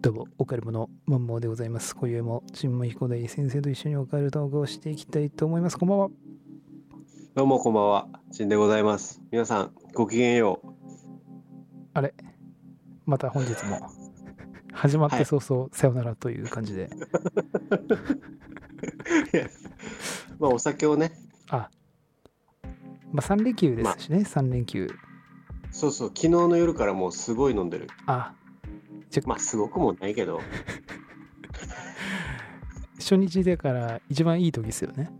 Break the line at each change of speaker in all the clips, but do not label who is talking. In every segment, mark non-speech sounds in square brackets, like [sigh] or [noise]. どうも、オカルモのマンモーでございます。今宵も、ちんまひこだい先生と一緒にオカルトークをしていきたいと思います。こんばんは。
どうもこんばんは、ちんでございます。皆さん、ごきげんよう。
また本日も、 [laughs] 始まって早々、さよならという感じで。
まあ、お酒をね、
まあ、3連休ですしね、3連休。
そうそう、昨日の夜からもうすごい飲んでる。
あ、
まあ、すごくもないけど、
初日だから一番いい時ですよね。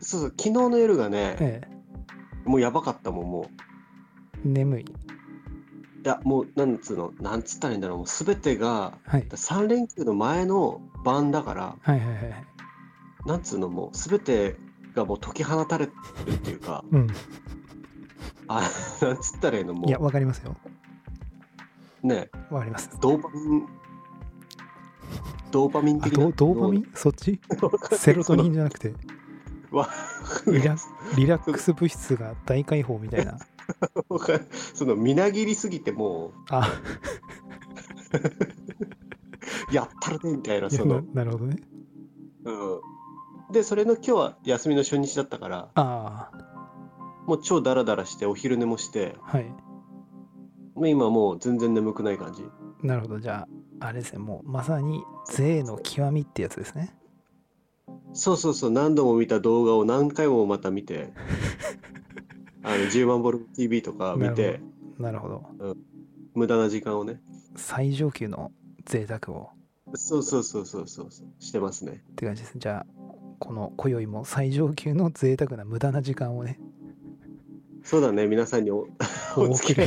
そうそう、昨日の夜がね、
ええ、
もうやばかったもん、もう。
眠い。
いや、もう、なんつうの、なんつったらいいんだろう、もうすべてが、
はい。
3連休の前の晩だから、
はいはいはい。
なんつうの、もう、すべてがもう解き放たれてるっていうか、
うん。
あ、なんつったらいいの、も
いや、
う、
わかりますよ。
ね、
わかります。
ドーパミン、ドーパミン
あ、
的
ド
な。
ドーパミンそっ
[laughs]
ちセロトニンじゃなくて、
わ
リラリラックス物質が大解放みたい
[laughs]
な。
わかる [laughs] そのみなぎりすぎても
あ、 [laughs]
うやったるねみたいなその、
なるほどね。
うん、でそれの今日は休みの初日だったから
あ
もう超ダラダラしてお昼寝もして
あ、はい。
もう今もう全然眠くない感じ
なるほど。じゃあ、あれですね、もうまさに税の極みってやつですね。
そうそうそう何度も見た動画を何回もまた見
[laughs]
てあの10万ボル TV とか見
なる
て
なるほど。
無駄な時間をね
最上級の贅沢を
そうそうそうそうそうしてますね
って感じですね。じゃあ、この今宵も最上級の贅沢な無駄な時間をね、
そうだね皆さんにおお付き合い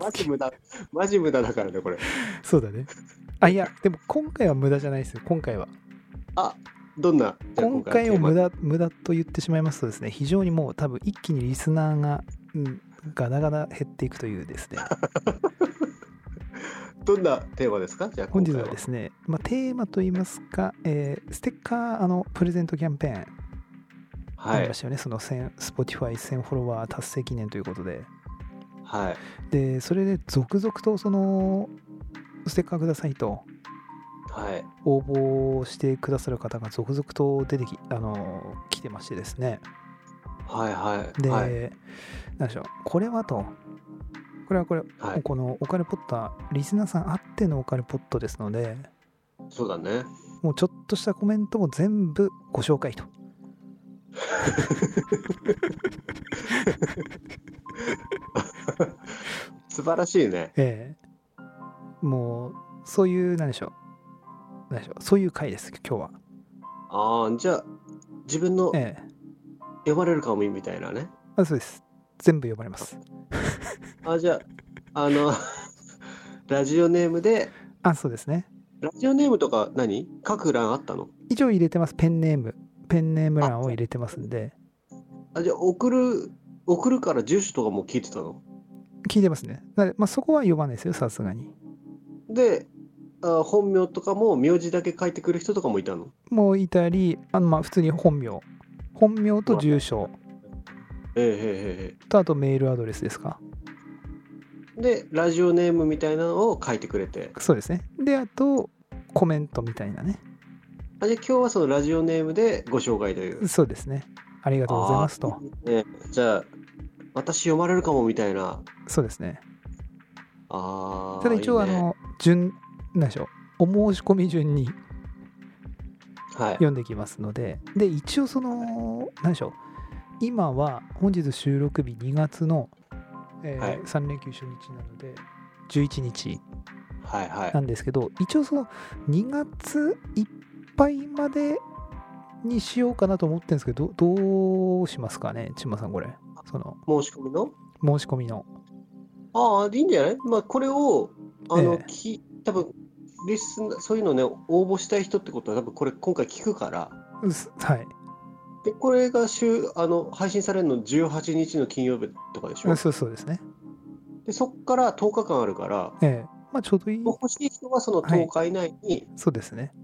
マジ無駄マジ無駄だからねこれ
そうだね。あ、いや、でも今回は無駄じゃないですよ、今回は。
どんなじゃあ
今回を無
テー
駄無駄と言ってしまいますとですね、非常にもう多分一気にリスナーが、うん、ガダガダ減っていくというです
[laughs]
ね、
マどんなテーマですかじゃあ
本
今
日
回
はですね、まあ、テーマといいますか、えーステッカーあのプレゼントキャンペーンあ
は
り
い
ましたよね、その Spotify1000 フォロワー達成記念ということで、
はい
で、それで続々とそのステッカーくださいと
はい
応募してくださる方が続々と出てき、あの、来てましてですね、
はいはい
で、
はい
なんでしょう、これはと、これはこれ、
はい
このオカルポッター、リスナーさんあってのオカルポットですので、
そうだね
もうちょっとしたコメントも全部ご紹介と。
素晴らしいね
ええもう、そういう、なんでしょう。なんでしょう。そういう回です、今日は。
ああじゃあ自分の
ええ
呼ばれるかもみたいなね
あそうです。全部呼ばれます。
あじゃああの [laughs] ラジオネームで
あ、そうですね。
ラジオネームとか何各欄あったの
以上入れてます。ペンネーム。ペンネーム欄を入れてますんで、
あじゃあ送る送るから住所とかも聞いてたの
聞いてますね。なので、まあ、そこは呼ばないですよ、さすがに。
であ本名とかも名字だけ書いてくる人とかもいたの
もういたり、あのまあ、普通に本名。本名と住所
えええええ
と、あとメールアドレスですか。
えでラジオネームみたいなのを書いてくれて
そうですね。で、あと、コメントみたいなね。
あじゃあ今日はそのラジオネームでご紹介という。あり
そうですね。ありがとうございますと。
ね、じゃあ私読まれるかもみたいな。
そうですね。
あー
ただ一応、
いい
あ
ね
の、順、なんでしょう。お申し込み順に
はい、
[laughs] 読んできますので、で、一応その、なんでしょう。今は、本日収録日2月の、えー
はい
3連休初日なので、11日
はいはい
なんですけど、一応その2月いっぱいまでにしようかなと思ってるんですけど、どどうしますかね、ちんまさん、これ。その、
申し込みの
申し込みの。
ああいいんじゃないまあこれをあの、
ええ
き多分リスナーそういうのね応募したい人ってことは多分これ今回聞くから
うっすはい。
でこれが週あの配信されるの18日の金曜日とかでしょ
そうそうですね。
でそっから10日間あるから
ええまあ、ちょうどいい
もう。欲しい人はその
はい
10日以内に、
そうですね。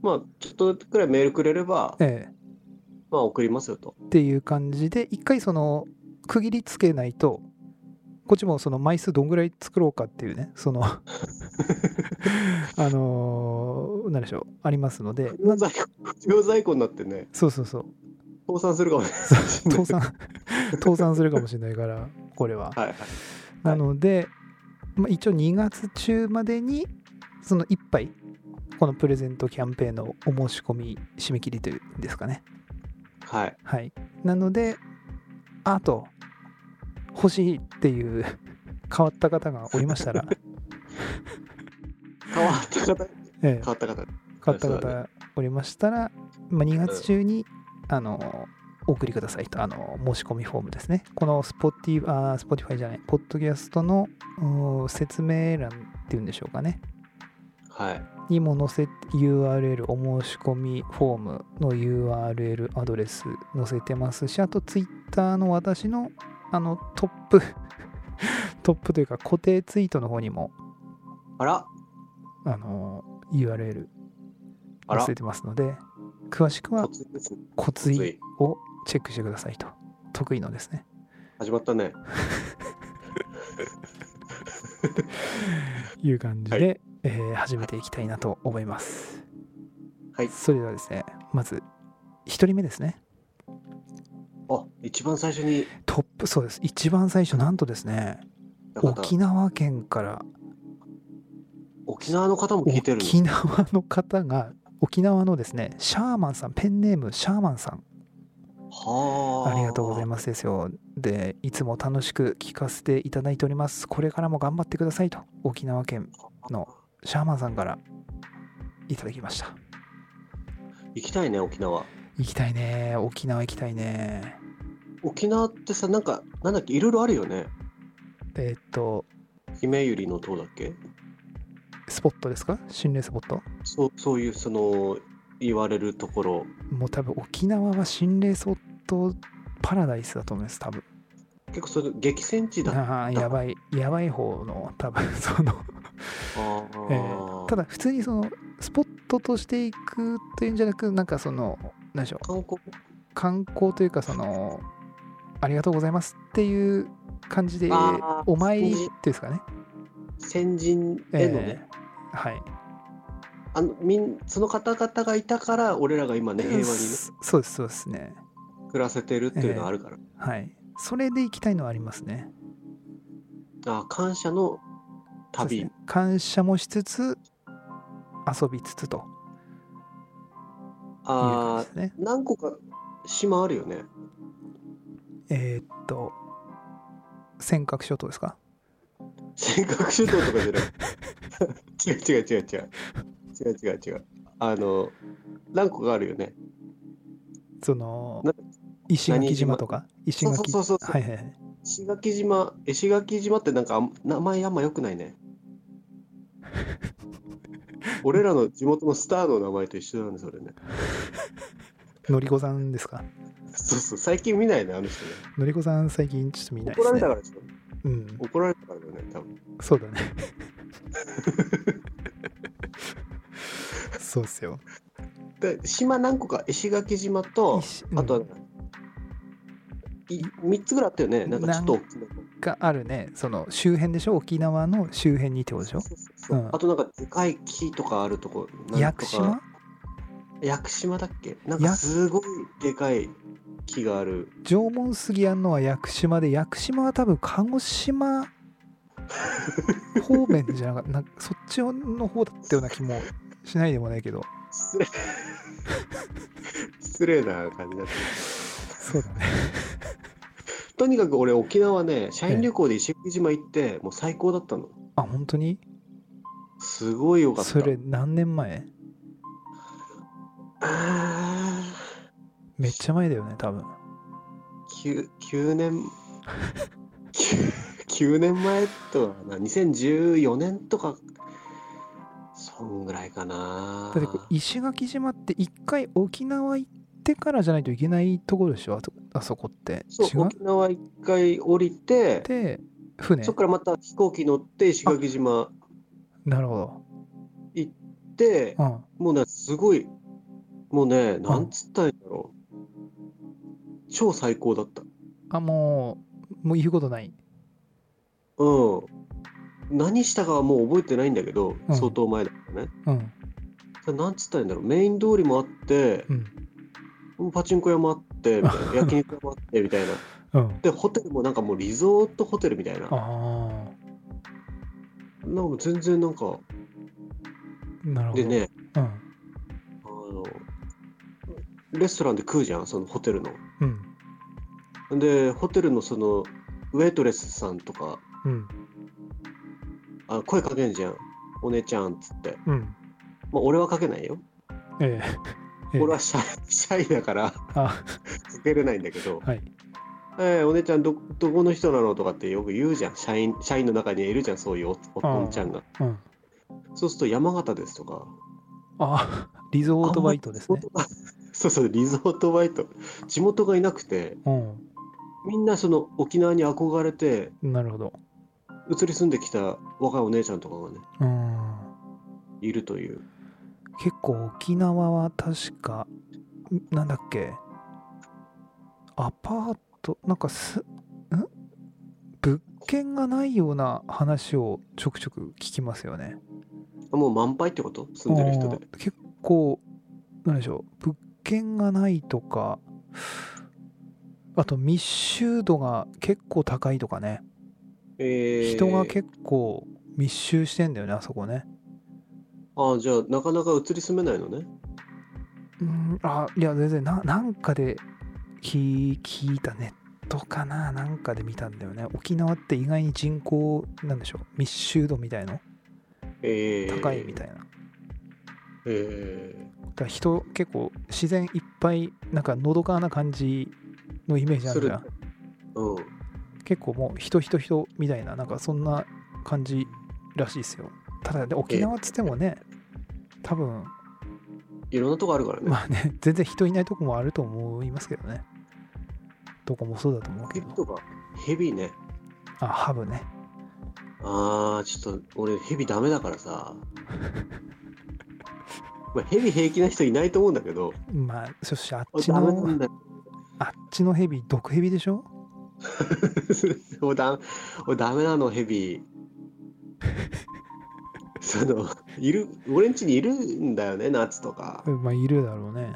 まあちょっとくらいメールくれれば、
ええ
まあ送りますよと。
っていう感じで、一回その、区切りつけないと、こっちもその枚数どんぐらい作ろうかっていうね、その、あのー、何でしょう、ありますので、
不良在庫、不良在庫になってね、
そうそうそう、
倒産するかもね。
倒産、 [laughs] 倒産するかもしれないから、これは。
はいはい。
なので、まあ、一応2月中までに、その1杯、このプレゼントキャンペーンのお申し込み締め切りというんですかね。
はい。
はい。なので、あと、欲しいっていう [laughs] 変わった方がおりましたら、
変わった方、変
ええ、
わった方。
変わった
そうだ
方おりましたら、まあ、2月中に、あの、お送りくださいと、あの、申し込みフォームですね。このスポティ、あー、スポティファイじゃない、ポッドキャストのうん説明欄っていうんでしょうかね。
はい。
にも載せ URL お申し込みフォームの URL アドレス載せてますしあと Twitter の私のあのトップ [laughs] トップというか固定ツイートの方にも
あら、
あの URL
あら
載せてますので詳しくは
突然ですね。
コツ
突
イ
然
をチェックしてくださいと得意のです
[laughs]
ね
始まったね。
いう感じで、
は
えー始めていきたいなと思います
はい。
それではですねまず1人目ですね
あ、一番最初に
トップそうです一番最初なんとですね
なかった
沖縄県から
沖縄の方も聞いてるの
沖縄の方が沖縄のですねシャーマンさんペンネームシャーマンさん
は
ありがとうござい
ま
ますですよでいつも楽しく聞かせていただいておりますこれからも頑張ってくださいと沖縄県
す
のシャーマンさんからいただきました
行きたいね、沖縄。
行きたいね沖縄行きたいね
沖縄ってさ、なんか、なんだっけ、いろいろあるよね。
えーっと
姫百合の塔だっけ
スポットですか心霊スポット
そうそういう、その、言われるところ。
もう多分沖縄は心霊スポットパラダイスだと思います多分
結構それ、激戦地だ。あ
ああ
だ
やばいやばい方の多分 [laughs] その
ー
えーただ普通にそのスポットとしていくっていうんじゃなくなんかその何でしょう
観光
観光というかそのありがとうございますっていう感じで
あー
お参りっていうんですかね。
先人へのね、
えーはい、
あのみんその方々がいたから俺らが今ね平和にね
そそうですそうですね。
暮らせてるっていうのはあるから、
はい。それで行きたいのはありますね。
あ感謝の
そうで
旅、
すね感謝もしつつ遊びつつという感
あ
じですね。
ー何個か島あるよね
えーっと尖閣諸島ですか
尖閣諸島とかじゃ
[laughs]
ない違う違う違う違う違う違う違うあの何個かあるよね
その
な
石垣島とか石
そう
垣
そうそうそう
はいはいはい
石垣島石垣島ってなんかあん名前あんま良くな
[laughs]
いね俺らの地元のスターの名前と一緒なんですそれね
のりこさんですか
そうそう最近見ないねあの
[laughs]
人ね
のりこさん最近ちょっと見ないで
怒ら
す
れ
ね
たからですよ
うん
怒られたからだよね、多分。
そう
[laughs]
だねそうっすよ
で、島何個か、石垣島と、
石うん
あとは、い3つぐらいあったよね、なんかちょっと大きな。
があるねその周辺でしょ沖縄の周辺にってことでしょ
そうそうそう
うん
あとなんかでかい木とかあるとこ、な
屋
んと
久
か
島
屋久島だっけなんか
や
すごいでかい木がある。
縄文杉あんのは屋久島で屋久島は多分鹿児島方面じゃなかったなんかそっちの方だったような気もしないでもないけど [laughs]
失礼失礼な感じだっ
そうだね
た。とにかく俺、沖縄ね、社員旅行で石垣島行って、もう最高だったの。
あ本当に
すごいよかった。
それ何年前
あー
めっちゃ前だよね多分
9, 9年 [laughs] 9, 9年前とはな2014年とかそんぐらいかな
だってこう石垣島って一回沖縄行ってからじゃないといけないところでしょあとあそこって
そう
違う
沖縄一回降りて
で船
そっからまた飛行機乗って石垣島
なるほ
行って
ど、うん、
もうねすごいもうねなんつったらいいんだろう、超最高だった
あもうもう言うことない
うん何したかはもう覚えてないんだけど、
うん
相当前だからね。
うん
それなんつったらいいんだろう、メイン通りもあって、
うん
パチンコ屋もあって、みた
[laughs]
いな焼肉屋もあって、みたいな。
うん
で、ホテルもなんかもうリゾートホテルみたいな。
あ
なんか全然なんか、
あなるほど
でね、
うん
あの、レストランで食うじゃん、そのホテルの。
うん
で、ホテルのその、ウェイトレスさんとか、
うん
あ声かけんじゃん。お姉ちゃんっつって。
うん
まあ、俺はかけないよ。
ええええ
俺はシャイシャイだから、か
あ
けれないんだけど、
はい
ええお姉ちゃんど、どこの人なのとかってよく言うじゃん。社員社員の中にいるじゃん、そういうおおとんちゃんが。
うん
そうすると、山形ですとか。
あリゾートバイトですね
あんまり。 [laughs] そうそう、リゾートバイト。地元がいなくて、
うん
みんなその沖縄に憧れて、
なるほど
移り住んできた若いお姉ちゃんとかがね、
うん
いるという。
結構沖縄は確かんなんだっけアパートなんかすん物件がないような話をちょくちょく聞きますよね
あもう満杯ってこと住んでる人で
う。ん結構なんでしょう物件がないとかあと密集度が結構高いとかね、
えー
人が結構密集してんだよねあそこね
ああ、じゃあ、なかなか移り住めないのね。
うんあいや全然ななんかで聞聞いたネットかななんかで見たんだよね沖縄って意外に人口なんでしょう密集度みたいの
えー
高いみたいな、
えー
だから人結構自然いっぱいなんかのどかな感じのイメージあるじゃん
すうん、
結構もう人人人みたいななんかそんな感じらしいですよただね沖縄っつってもね多分
いろんなとこあるからね。
まあね [laughs] 全然人いないとこもあると思いますけどねどこもそうだと思うけど
ヘビとか、ヘビね。
あハブね
ああ、ちょっと俺、ヘビダメだから
[laughs]
さ。まあ、ヘビ平気な人いないと思うんだけど、
まあそしてあっ
俺
ち
ダメな
の
んだよ。
あっちのヘビ毒ヘビでしょ
[laughs] 俺ダ俺ダメなの、ヘビ。その、いる、俺ん家にいるんだよね、夏とか。
まあいるだろうね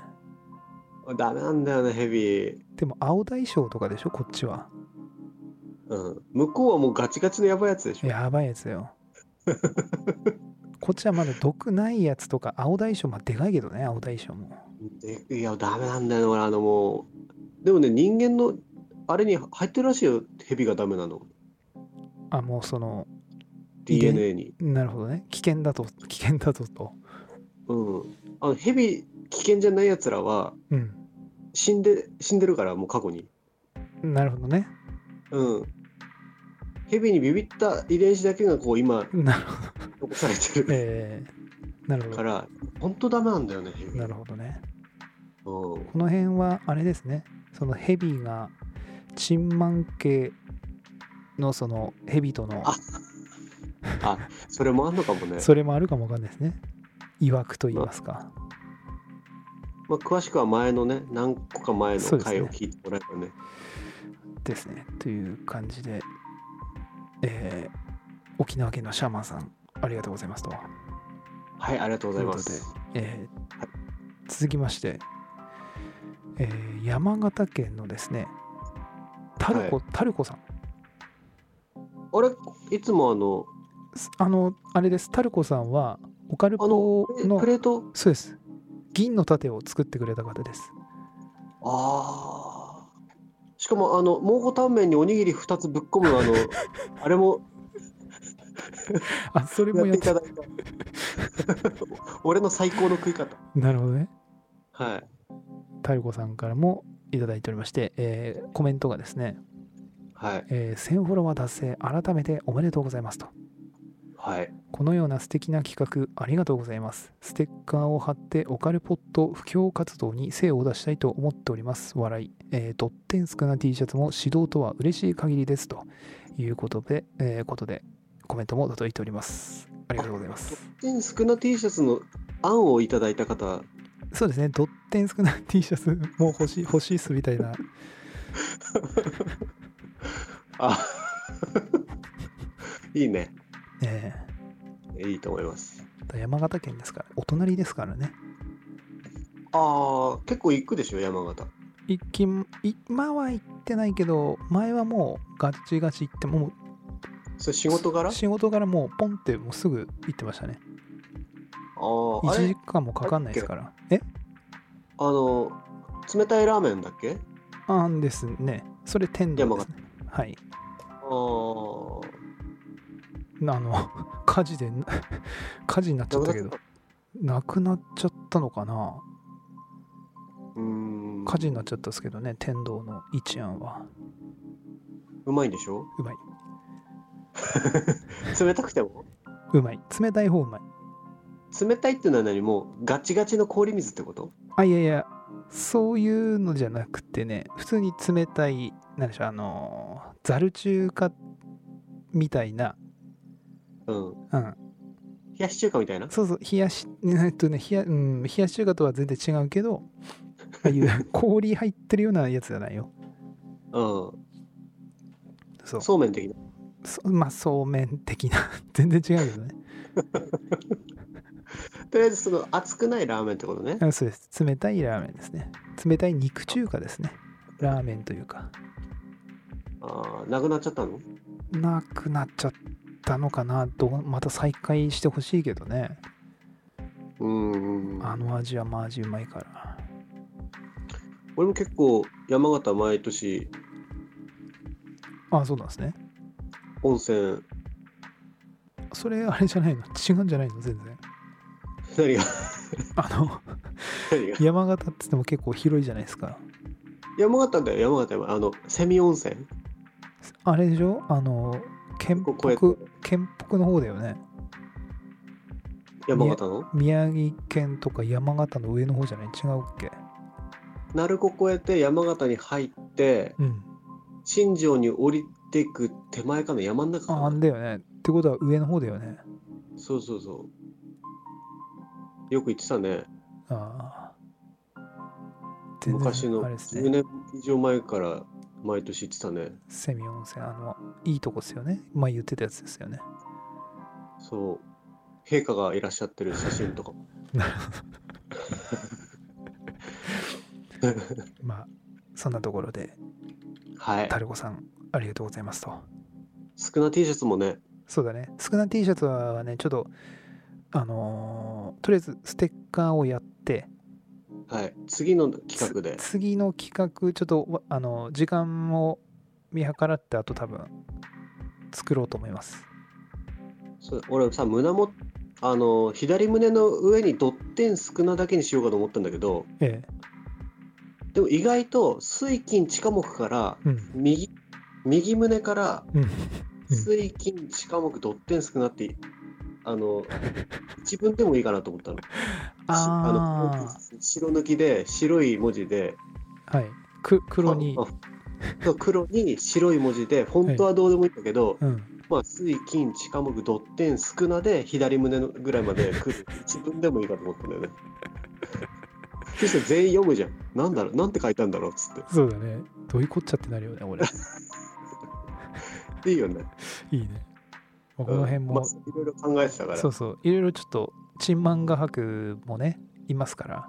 俺ダメなんだよね、ヘビ。
でも青大将とかでしょこっちは
うん。向こうはもうガチガチのやばいやつでしょ。
やばいやつよこっちはまだ毒ないやつとか青大将まあでかいけどね青大将も
でいや、ダメなんだよね、俺、あのもう。でもね、人間の、あれに入ってるらしいよ、ヘビがダメなの。
あもうその遺伝
DNA に。
なるほどね危険だと危険だとと
うん。あの、ヘビ、危険じゃないやつらは、
うん
死んで、死んでるから、もう過去に。
なるほどね
うん。ヘビにビビった遺伝子だけが、こう、今、
なるほど
残されてる
えー、なるほ
か
ど
ら、本当ダメなんだよね、ヘビ。
なるほどね
うん。
この辺はあれですねそのヘビがチンマン系のそのヘビとの
ああ、それもあんのかもね。
それもあるかもわかんないですね曰くと言いますか
まあ、詳しくは前のね、何個か前の回を聞いてもらえばね。
ですねという感じで、えー沖縄県のシャーマンさんありがとうございますと
はい、ありがとうございます。
えー続きまして、えー山形県のですねタルコ、タルコさん
あれいつもあの、
すあのあれですタルコさんはオカル
あの
ポ、
プレ
の
プレート
そうです銀の盾を作ってくれた方です
ああ。しかも、あの、蒙古タンメンにおにぎり2つぶっ込む、あ
[laughs]
の、あれも
あそれ
や
も
っ
やってて
いただいた。俺の最高の食い方。
なるほどね
はい。
タルコさんからもいただいておりまして、えーコメントがですね、
はい。
えー1000フォロワー達成改めておめでとうございますと
はい。
このような素敵な企画ありがとうございますステッカーを貼ってオカルポット布教活動に精を出したいと思っております笑い、えー、ドッテンスクな T シャツも指導とは嬉しい限りですということで,、えーことでコメントも届いておりますありがとうございます
天少な T シャツの案をいただいた方、
そうですね、ドッテン少ない T シャツもう欲しい、欲しいっすみたいな。
あ [laughs] いいね。
ええ
いいと思います。
山形県ですから、お隣ですからね。
ああ、結構行くでしょ、山形。
行き今は行ってないけど、前はもうガチガチ行って、もう
それ仕事柄あ
仕事柄もうポンってもうすぐ行ってましたね。
あ、あ
1時
れ
間もかかんないですから。え
あの、冷たいラーメンだっけ
あんですね。それ天童ですね。はい。
ああ、
あの、火事で、 [laughs] 火事になっちゃったけど、なくなっちゃったのかな
うーん。
火事になっちゃったですけどね、天童の一案は。
うまいんでしょ
うまい。
冷たくても
うまい。冷たい方うまい。
冷たいっていうのは何もうガチガチの氷水ってこと
あ、いやいや、そういうのじゃなくてね、普通に冷たい、なんでしょう、あのー、ザル中華みたいな、
うん。
うん、
冷やし中華みたいな
そうそう、冷やし、 [laughs] えっとね、冷や、うん、冷やし中華とは全然違うけど、ああいう [laughs] 氷入ってるようなやつじゃないよ。
うん。
そう。
そうめん的な。
そまあ、そうめん的な、 [laughs] 全然違うけどね。
とりあえずその熱くないラーメンってことね。
あそうです。冷たいラーメンですね。冷たい肉中華ですね。ラーメンというか。
ああ、なくなっちゃったの
なくなっちゃったのかなどうまた再開してほしいけどね
うーん。
あの味はマジうまいから
俺も結構山形毎年
あそうなんですね
温泉、
それあれじゃないの違うんじゃないの全然
何が、
あの [laughs]
何が。
山形っつっても結構広いじゃないですか
山形だよ、山形は。あの、セミ温泉。
あれでしょあの県
ここへ
北県北の方だよね
山形の
宮城県とか山形の上の方じゃない違うっけ
鳴子越えて山形に入って、
うん
新庄に降りていく手前かな、山の中
ああ
か
ん
な。
だよねってことは上の方だよね
そうそうそう。よく行ってたね。
ああ全然
昔の
あれですね
10年以上前から毎年行ってたね。
セミ温泉、あの、いいとこですよね。まあ言ってたやつですよね。
そう。陛下がいらっしゃってる写真とかも。
まあ、そんなところで、
はい。
タルコさん、ありがとうございますと。
少な T シャツもね。
そうだね。少な T シャツはね、ちょっと、あのーとりあえずステッカーをやって、
はい。次の企画で。
つ次の企画、ちょっと、わあの時間を見計らって、あと多分、作ろうと思います。
そう俺さ、胸も、あの、左胸の上にドッテン少なだけにしようかと思ったんだけど、
ええ。
でも意外と水金地下木から
うん。
右右胸から
うん。
水金地下木ドッテン少なってあの自分でもいいかなと思ったの。し
あ
の白抜きで白い文字で
あ、はい。く黒に
あ、あそう黒に白い文字でフォントはどうでもいいんだけど、
うん。
まあ、水金地下木ドッテン少なで左胸のぐらいまで来る自分でもいいかと思ったんだよ
[laughs]
ね。そして全員読むじゃん。なんだろうなんて書いたんだろうっつっ
そうだね。どういうこっちゃってなるよね、
[laughs]
俺。
て。いいよね。
いいね。まあこの辺
うんま
も
あ、いろいろ考えてたから
そうそう、いろいろちょっと、チンマン画伯もね、いますから、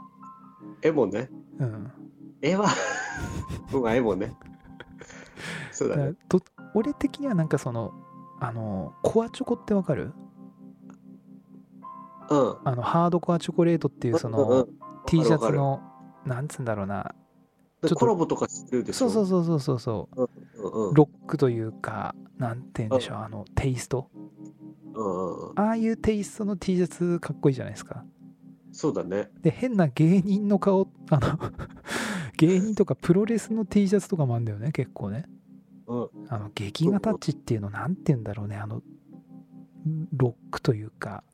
絵もね
うん。
絵は [laughs] うん絵もねそう
だ
だ
か
ね
らど俺的にはなんかその、あの、コアチョコってわかる
うん
あの、ハードコアチョコレートっていう、そ
うんうん
の、T シャ
わか
ツ
るわ
の、なんつうんだろうな、
か
ちょっと
るコラボとかしてるでし
そ
ょ
うそう
う
そうそうそうそう、
そう、うん
ロックというか、なんて言うんでしょう、あの、テイスト。
うんうんうん、
ああいうテイストの T シャツかっこいいじゃないですか。
そうだね
で、変な芸人の顔、あの、 [laughs] 芸人とかプロレスの T シャツとかもあるんだよね、結構ね。
うん
あの劇画タッチっていうのなんて言うんだろうねあのロックというか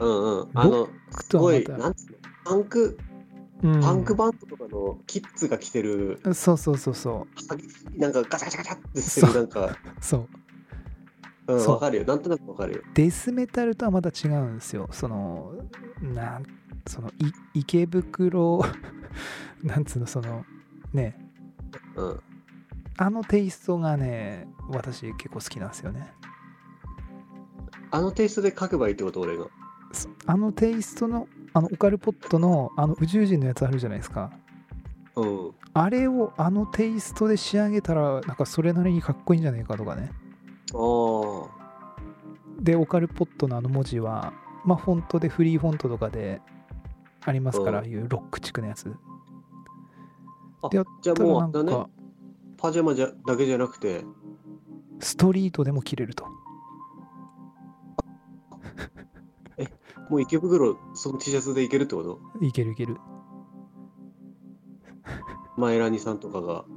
うんうんあの
ク
す
と
ご
はいまた
なんつうのパンク
うん
パンクバンドとかのキッズが着てる、
そうそうそうそ
激しいなんかガチャガチャガチャってしてる
そ
なんか
うそう
うん
そう
わかるよなんとなくわかるよ
デスメタルとはまた違うんですよそのなんそのい池袋 [laughs] なんつうのそのね
うん
あのテイストがね私結構好きなんですよね
あのテイストで書けばいいってこと俺が。
そあのテイストのあのオカルポットのあの宇宙人のやつあるじゃないですか
うん。
あれをあのテイストで仕上げたらなんかそれなりにかっこいいんじゃないかとかね
ああ。
でオカルポットのあの文字はまあフォントでフリーフォントとかでありますからあ
うん
あいうロック地区のやつ
じゃあ
ただ
もう
な
あ
ん
れだね
か。
パジャマじゃだけじゃなくて、
ストリートでも着れると
もう池袋、その T シャツでいけるってこと
いけるいける
マイラニさんとかが。 [laughs]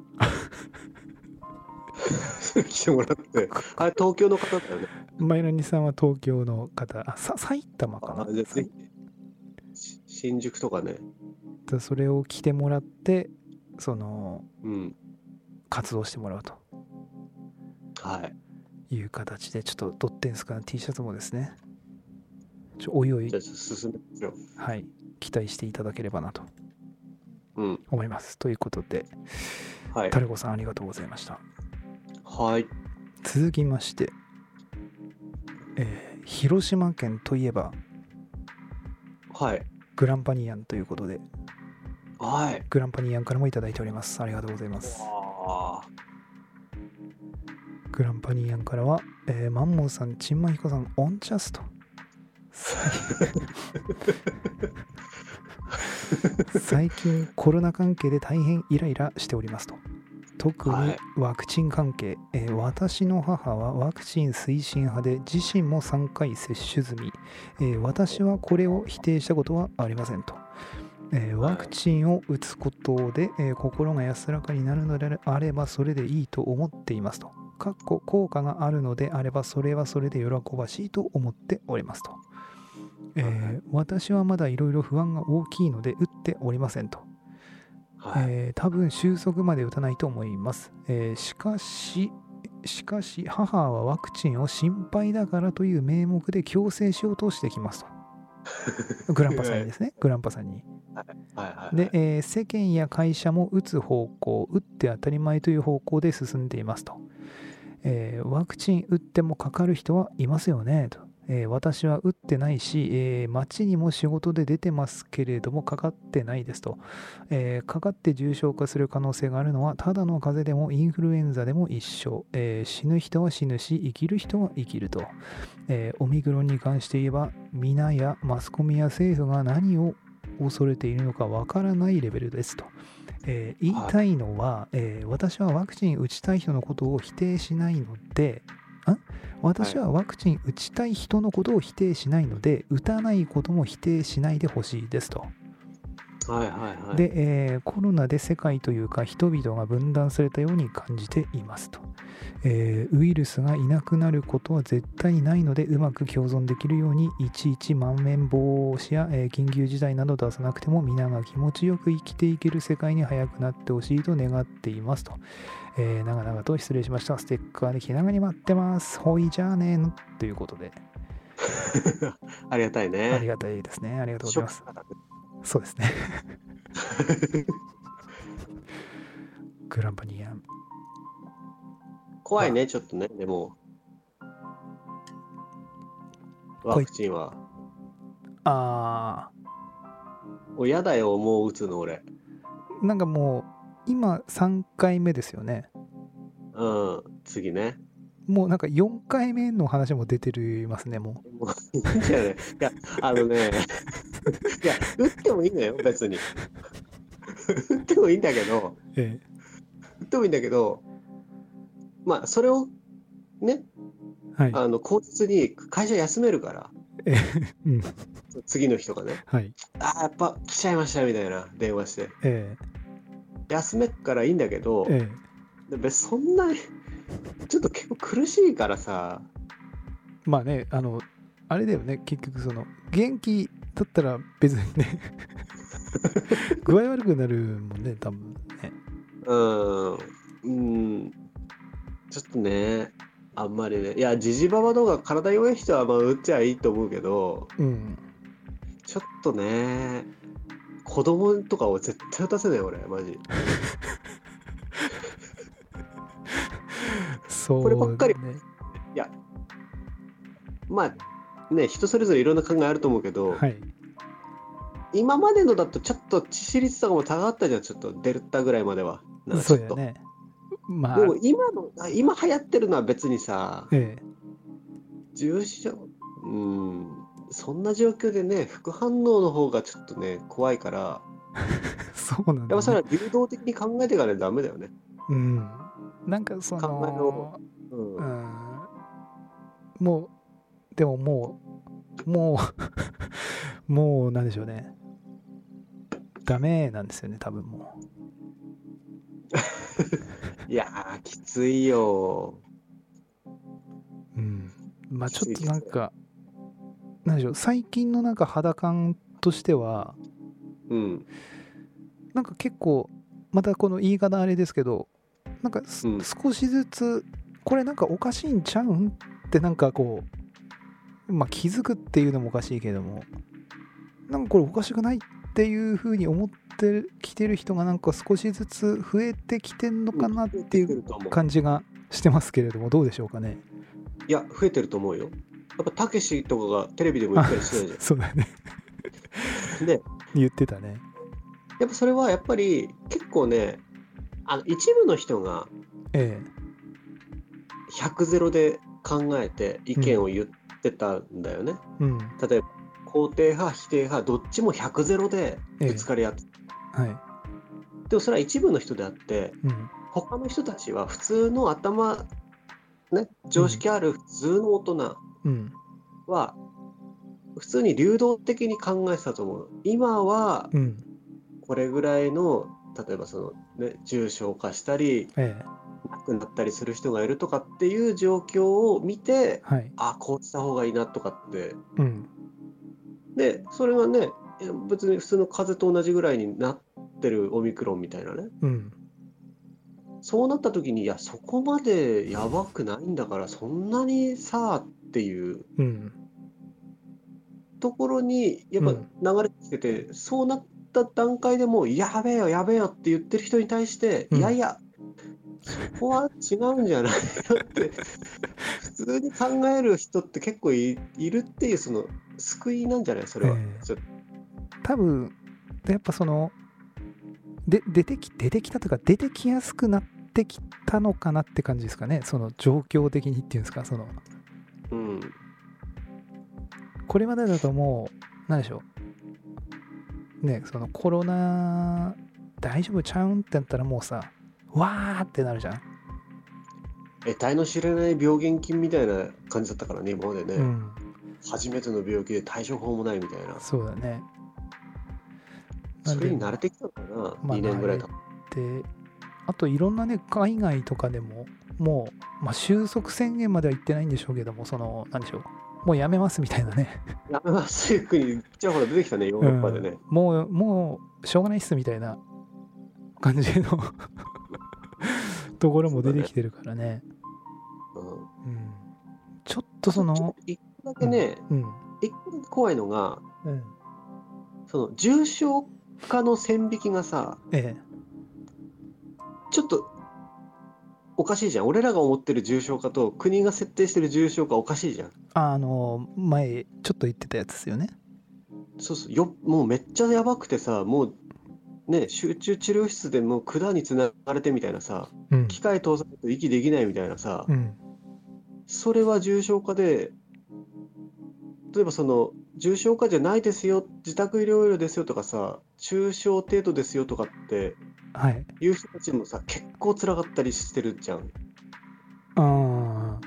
それ来てもらって。あれ、東京の方だよね。
マイラニさんは東京の方あさ埼玉かな
あじゃあぜひ、し新宿とかね。
でそれを着てもらってその
うん。
活動してもらうと
はい。
いう形でちょっとドッテンスカの T シャツもですねちょおいおい
じゃあ、ちょっと進めましょう。
はい期待していただければなと
うん。
思いますということで
はい。
タレコさんありがとうございました
はい。
続きまして、えー広島県といえば
はい。
グランパニアンということで
はい。
グランパニアンからもいただいておりますありがとうございます
わあ。
グランパニーヤンからは、えーマンモンさん、チンマヒコさん、オンチャスと。最最近コロナ関係で大変イライラしておりますと。特に
はい
ワクチン関係、えー私の母はワクチン推進派で自身も3回接種済み、えー私はこれを否定したことはありませんと。えー
はい
ワクチンを打つことで、えー心が安らかになるのであればそれでいいと思っていますと。かっこ効果があるのであればそれはそれで喜ばしいと思っておりますと。えー
はい
私はまだいろいろ不安が大きいので打っておりませんと。
はい。
えー多分収束まで打たないと思います、えーしかししかし母はワクチンを心配だからという名目で強制しようとしてきます
[laughs]
とグランパさんにですねグランパさんに
はい。はい。
で、えー世間や会社も打つ方向打って当たり前という方向で進んでいますと、えーワクチン打ってもかかる人はいますよねと、えー私は打ってないし、えー街にも仕事で出てますけれどもかかってないですと、えーかかって重症化する可能性があるのはただの風邪でもインフルエンザでも一緒、えー死ぬ人は死ぬし生きる人は生きると、えーオミクロンに関して言えば皆やマスコミや政府が何を恐れているのかわからないレベルですと、えー言いたいのは、えー私はワクチン打ちたい人のことを否定しないのでん私はワクチン打ちたい人のことを否定しないので打たないことも否定しないでほしいですと。
はい。はい。はい。
で、えーコロナで世界というか人々が分断されたように感じていますと、えーウイルスがいなくなることは絶対ないのでうまく共存できるようにいちいちまん延防止や、えー緊急事態など出さなくても皆が気持ちよく生きていける世界に早くなってほしいと願っていますと、えー長々と失礼しましたステッカーで気長に待ってますほいじゃあねーということで
[laughs] ありがたい
あり
ね。
がたいですねありがとうご
シ
ざ
ョ
います
ックだからね
そうですね。グランパニアン。
[laughs] 怖いね、ちょっとね、でも。ワクチンは。
あ
お嫌だよ、もう打つの俺。
ー、なんかもう、今3回目ですよね。
うん、次ね。
もうなんか4回目の話も出てるますね、も
もういいんじゃないいや、あのね、いや、打ってもいいのよ、別に。打ってもいいんだけど
う、。え
打ってもいいんだけど、まあ、それを、ね、
え。はい。
あの、口実に会社休めるから、
ええうん。
次の日とかね、
はい。
ああ、やっぱ来ちゃいましたみたいな電話して、
え
休めっからいいんだけど
え。、え
で別にそんな、ちょっと結構苦しいからさ、
え。まあね、あの、あれだよね、結局その、元気だったら別に
[laughs]
ね、具合悪くなるもんね、多分ね。
うん、うん、ちょっとね、あんまりね、いや、ジジババの方が体弱い人はまあ打っちゃいいと思うけど、
うん。
ちょっとね、子供とかを絶対打たせない俺、マジ。
そう、ね。
こればっかりまあね人それぞれいろんな考えあると思うけど、
はい。
今までのだとちょっと致死率とかも高かったじゃんちょっとデルタぐらいまではなんかち
そ
ょ
う
っ
だ
と
よね。まあ
で、も今のあ今流行ってるのは別にさ
え
重症うんそんな状況でね副反応の方がちょっとね怖いから
え、そうなん
やっ
だ、
ぱそれ
ね。
は流動的に考えていかないとダメだよね。
うん。なんかそ
考
の
えろ、うん
うん、もう、でももう、もう、 [laughs] もう、なんでしょうね。ダメなんですよね、多分もう。
いやーきついよ
うん。まあ
き
ち
つ
ょっ
い
となんか、なんでしょう、最近のなんか肌感としては、
うん
なんか結構またこの言い方あれですけどなんかす、
うん
少しずつこれなんかおかしいんちゃうんってなんかこうまあ気づくっていうのもおかしいけどもなんかこれおかしくないっていうふうに思ってきてる人がなんか少しずつ増えてきてんのかなってい
増えて
う
ると思う
感じがしてますけれどもどうでしょうかね
いや増えてると思うよやっぱたけしとかがテレビでも言
[laughs]
ったりしてたじ
そうだね
ゃんで
言ってたね
やっぱそれはやっぱり結構ねあの一部の人が
え
100ゼロで考えて意見を言ってたんだよね、
えうん
例えば肯定派否定派どっちも100ゼロで
ええ
ぶつかり合って、
はい
でもそれは一部の人であって
うん
他の人たちは普通の頭ね常識ある普通の大人
うん
は普通に流動的に考えてたと思う今は
うん
これぐらいの例えばその、ね、重症化したり
ええ
亡くなったりする人がいるとかっていう状況を見て
はい
あこうした方がいいなとかって
うん
でそれがねいや別に普通の風邪と同じぐらいになってるオミクロンみたいなね
うん
そうなった時にいやそこまでやばくないんだからそんなにさっていう
うん
ところにやっぱ
うん
流れてきてて、そうなった段階でもうやべえよやべえよって言ってる人に対して、
うん
いやいやそこは違うんじゃないだって普通に考える人って結構いいるっていうその救いなんじゃないそれは、
ええ
ちょっと
多分やっぱそので出てき出てきたというか出てきやすくなってきたのかなって感じですかねその状況的にっていうんですかその
うん
これまでだともう何でしょうねそのコロナ大丈夫ちゃうんってなったらもうさわーってなるじゃん、
得体の知れない病原菌みたいな感じだったからね今までね、
うん
初めての病気で対処法もないみたいな
そうだね
それに慣
る
れてきたのかな、
まあ
2年ぐらい経って
ってあといろんなね海外とかでももう、まあ、収束宣言までは言ってないんでしょうけどもその何でしょうもうやめますみたいなね、
やめますよ国ちらほら出てきたねヨー
う
ロ
ん
ッパでね、
もうもうしょうがないっすみたいな感じの
[laughs]
ところも出てきてるからね
うん
うん、ちょっとその
一個だけね、
うん
一個だけ怖いのが、
うん
その重症化の線引きがさ、
ええ
ちょっとおかしいじゃん。俺らが思ってる重症化と国が設定してる重症化おかしいじゃん。
あの前ちょっと言ってたやつですよね
そうそうよ、もうめっちゃやばくてさ、もうね、集中治療室でもう管につながれてみたいなさ、
うん
機械搭載と息できないみたいなさ、
うん
それは重症化で、例えばその重症化じゃないですよ、自宅療養ですよとかさ、中症程度ですよとかって
はい
いう人たちもさ、結構つらかったりしてるじゃん。
ああ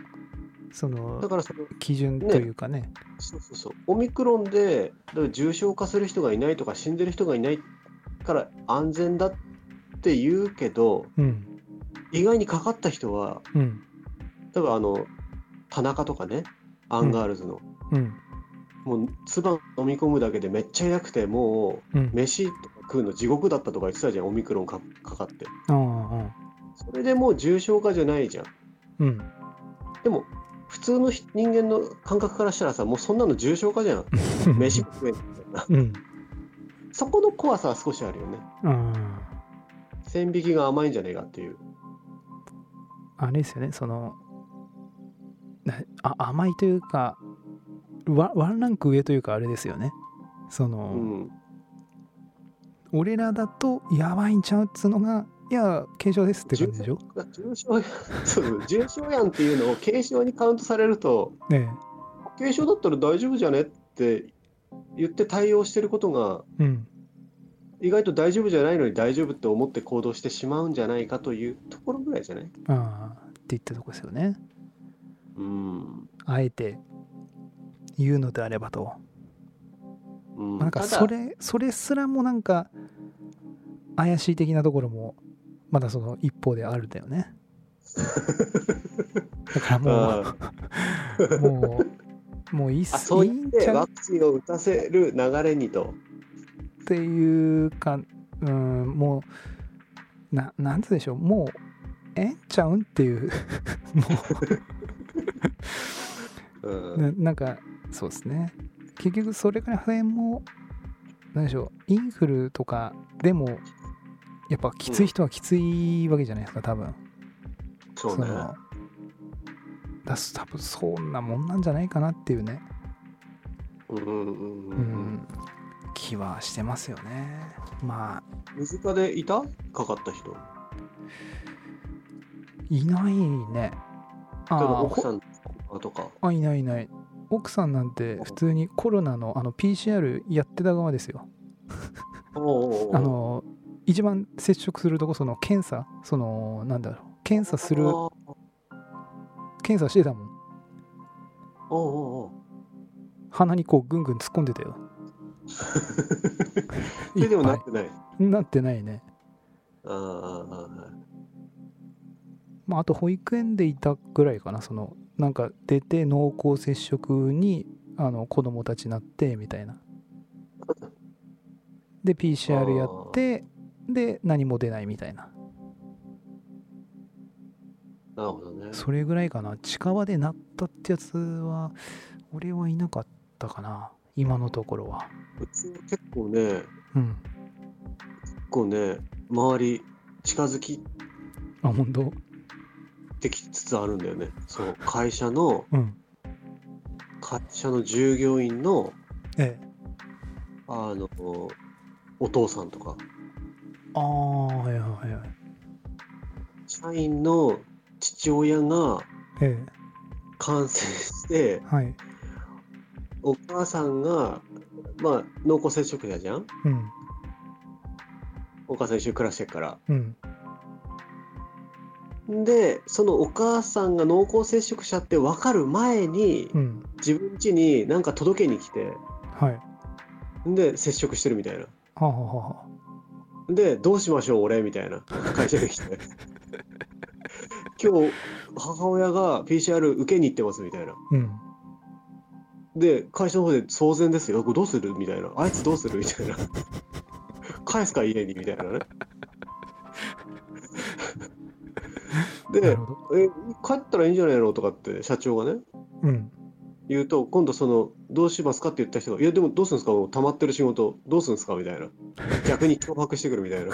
そ
だ
の
からその、
基準というかね
そうそうそう、オミクロンでだから重症化する人がいないとか、死んでる人がいないから安全だって言うけど、
うん
意外にかかった人は、
うん
例えばあの、田中とかね、アンガールズの、
うん
もう、唾飲み込むだけでめっちゃ痛くて、もう、
うん
飯とか食うの地獄だったとか言ってたじゃんオミクロンかかかって
うん
それでもう重症化じゃないじゃん
うんうん
でも普通の人人間の感覚からしたらさもうそんなの重症化じゃん [laughs] 飯も食えないみたいな
うん
そこの怖さは少しあるよね
うん
線引きが甘いんじゃねえかっていう
あれですよねそのなあ甘いというかワワンランク上というかあれですよねその、
うん。
俺らだとやばいんちゃうっつうのがいや軽症ですって感じでしょ
重症やそう重症やんっていうのを軽症にカウントされると
ね
軽症だったら大丈夫じゃねって言って対応してることが
えうん
意外と大丈夫じゃないのに大丈夫って思って行動してしまうんじゃないかというところぐらいじゃない
ああって言ったとこですよね
うん
あえて言うのであればと
うん
なんか
ただ
それそれすらもなんか怪しい的なところもまだその一方であるんだよねだからも
あ
う [laughs] もうもういいっ
あ
す
そう
いい
言っ
ん
て
ちゃう
ワクチンを打たせる流れにと
っていうかうんもうななんつうでしょうもうええんちゃうんっていう [laughs]
うん
ななんかそうですね結局それから辺もなんでしょうインフルとかでもやっぱきつい人はきついわけじゃないですか多分
そう
そ
ね
のだす多分そんなもんなんじゃないかなっていうね、
うんうんうんう
うん
ん
気はしてますよねまあ
身近でいたかかった人例え
いないねあ
ば
ー
奥
ほ
さんとか
あいないいない奥さんなんて普通にコロナのあの PCR やってた側ですよ
おおうおうおう
あの一番接触するとこその検査そのなんだろう検査する
あー
検査してたもん
おうおうおう
鼻にこうぐんぐん突っ込んでた
[laughs]
よ
手でも
いっぱ
ないってない
なってないね
ああ
まあ、あと保育園でいたぐらいかなそのなんか出て濃厚接触にあの子供たちなってみたいなで PCR やってで何も出ないみたいな
なるほどね
それぐらいかな近場でなったってやつは俺はいなかったかな今のところは
うちは結構ね
うん
結構ね周り近づき
あ本当
てきつつあるんだよねそう会社の
うん
会社の従業員の
ええ
あのお父さんとか
ああはいはいはい
社員の父親が
え
感染し
え
て
はい
お母さんがまあ濃厚接触者じゃん
うん
お母さん一緒に暮らしてるから
うん
でそのお母さんが濃厚接触者って分かる前に
うん
自分家に何か届けに来て
はいは
で接触してるみたいな
あはあはあ
でどうしましょう俺みたいな会社に来て今日母親が PCR 受けに行ってますみたいな
うん
で会社の方で騒然ですよこれどうするみたいなあいつどうするみたいな返すか家にみたいなね
な
で
るほど
え帰ったらいいんじゃないのとかって社長がね
うん
言うと今度そのどうしますかって言った人が「いやでもどうするんですかもう溜まってる仕事どうするんですか?」みたいな逆に脅迫してくるみたいな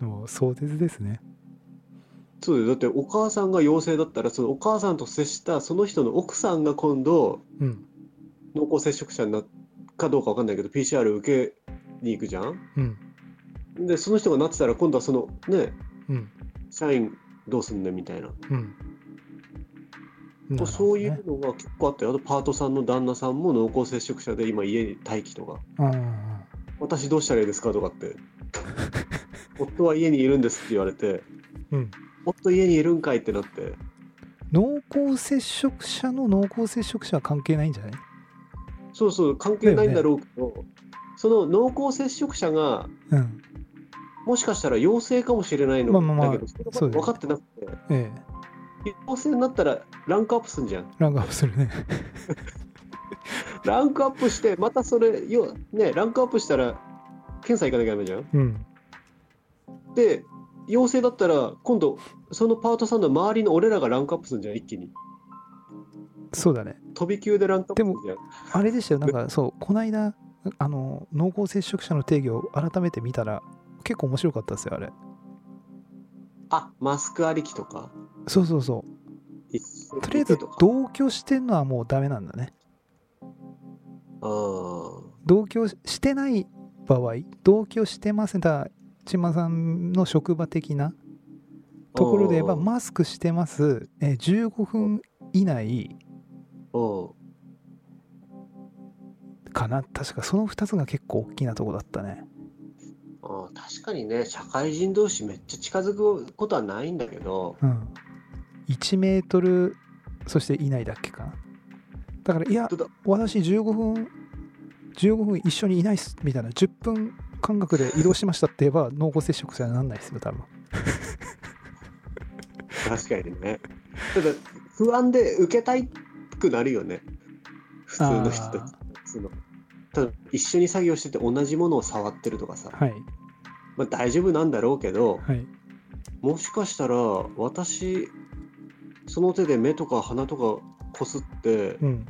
もう壮絶ですね
そうだよだってお母さんが陽性だったらそのお母さんと接したその人の奥さんが今度
うん
濃厚接触者になっかどうか分かんないけど PCR 受けに行くじゃん
うん
でその人がなってたら今度はそのね
うん
社員どうすんねんみたいな
うんなるほどね
そういうのが結構あったよあとパートさんの旦那さんも濃厚接触者で今家に待機とか
うんうんうん
私どうしたらいいですかとかって夫は家にいるんですって言われて
うん
夫家にいるんかいってなって
濃厚接触者の濃厚接触者は関係ないんじゃない
そうそう関係ないんだろうけど、その濃厚接触者が
うん
もしかしたら陽性かもしれないの
まあまあまあ
だけどそれが分かってなくて、
ええ
陽性になったらランクアップすんじゃん
ランクアップするね
ランクアップしてまたそれよ、ね、ランクアップしたら検査行かなきゃダメじゃん
うん
で陽性だったら今度そのパートさんの周りの俺らがランクアップするんじゃん一気に
そうだね
飛び級でランクアップするんじゃん
あれでしたよなんかそうこの間あの濃厚接触者の定義を改めて見たら結構面白かったですよあれ
あマスクありきとか
そうそうそう
一緒に
とりあえず
とか
同居してるのはもうダメなんだね
あ
同居してない場合同居してませんだから千間さんの職場的な
あ
ところで言えば
うんうん
マスクしてます、えー15分以内かな確かその2つが結構大きなとこだったね
ああ確かにね社会人同士めっちゃ近づくことはないんだけど
うん1メートルそして以内だっけかなだからいや
本当だ
私15分15分一緒にいないっすみたいな10分間隔で移動しましたって言え
[laughs]
ば濃厚接触者にならないですよ多分
確かにねただ不安で受けたいくなるよね普通の人た
あ
ちそのただ一緒に作業してて同じものを触ってるとかさ、
ーはい
まあ、大丈夫なんだろうけど
はい
もしかしたら私その手で目とか鼻とかこすって、
うん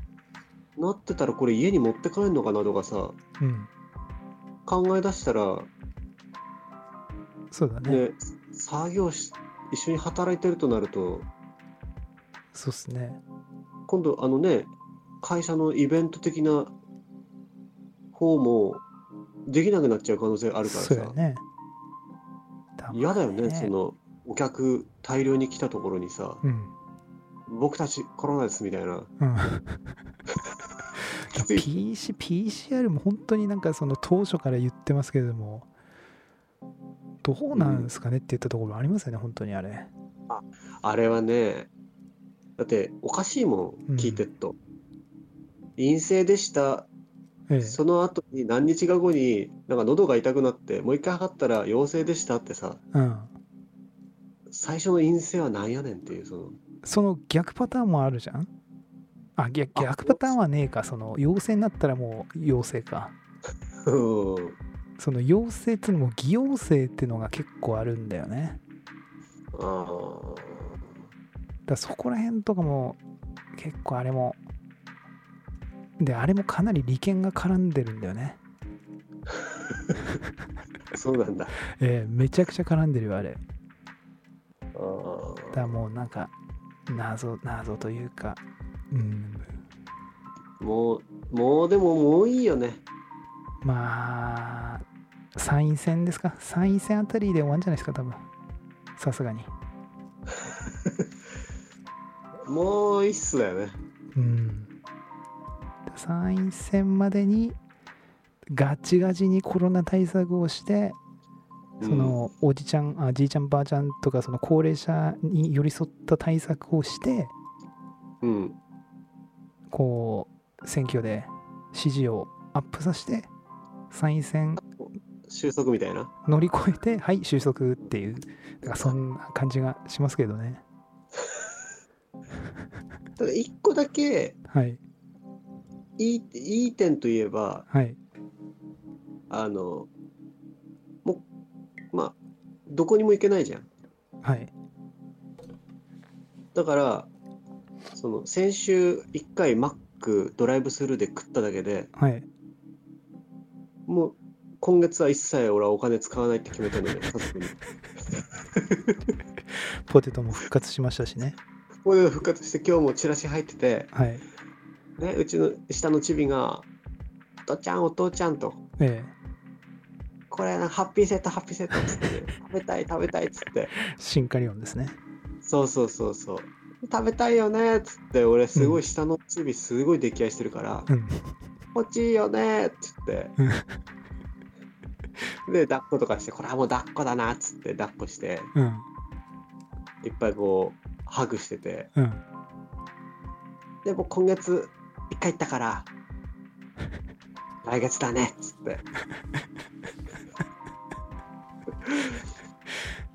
なってたらこれ家に持って帰るのかなとかさ
うん
考え出したら
そうだね
ね、作業し一緒に働いてるとなると
そうっすね
今度あのね会社のイベント的な方もできなくなっちゃう可能性あるから
そうや
さ
ねだ
嫌、だよねそのお客大量に来たところにさ
うん
「僕たちコロナです」みた
[laughs]
いな
うん、
きつい
PC PCR も本当になんかその当初から言ってますけれどもどうなんですかねって言ったところありますよね、本当にあれ
あれはねだっておかしいも
うん
ん聞いてっと、陰性でした
ええ
その後に何日か後になんか喉が痛くなってもう一回測ったら陽性でしたってさ
うん、
最初の陰性はなんやねんっていうその
その逆パターンもあるじゃんあ逆
あ
逆パターンはねえかその陽性になったらもう陽性か [laughs]
うん
その陽性っていうのも偽陽性っていうのが結構あるんだよね
あ
だからそこら辺とかも結構あれもであれもかなり利権が絡んでるんだよね
ーそうなんだ。
ええめちゃくちゃ絡んでるよあれ
あー
だからもうなんか謎謎というかうん
もう、もうでももういいよね。
まあ参院選ですか参院選あたりで終わんじゃないですか多分さすがに
もういいっすだよね。
うん参院選までにガチガチにコロナ対策をして
うん
そ、のおじちゃんあじいちゃんばあちゃんとかその高齢者に寄り添った対策をして
うん。
こう選挙で支持をアップさせて参院選
収束みたいな。
乗り越えてはい収束っていうなんかそんな感じがしますけどね
ただ一個だけ
はい
いい、いい点といえば、
はい
あの、もう、まあ、どこにも行けないじゃん。
はい
だから、その、先週一回マックドライブスルーで食っただけで
はい
もう、今月は一切俺はお金使わないって決めたので、家族に。
ポテトも復活しましたしね
ここで復活して今日もチラシ入ってて、
はい
ね、うちの下のチビが「お父ちゃんお父ちゃん」と
え
「これなハッピーセットハッピーセット」っつって「食べたい食べたい」っつって
えシンカリオンですね
「そうそうそうそう食べたいよね」っつって俺すごい下のチビすごい溺愛してるから
うん
「こっちいいよね」っつってで抱っことかして「これはもう抱っこだな」っつって抱っこして
うん
いっぱいこうハグしてて
うん
でも今月1回行ったから来月だねっ
[laughs]
つって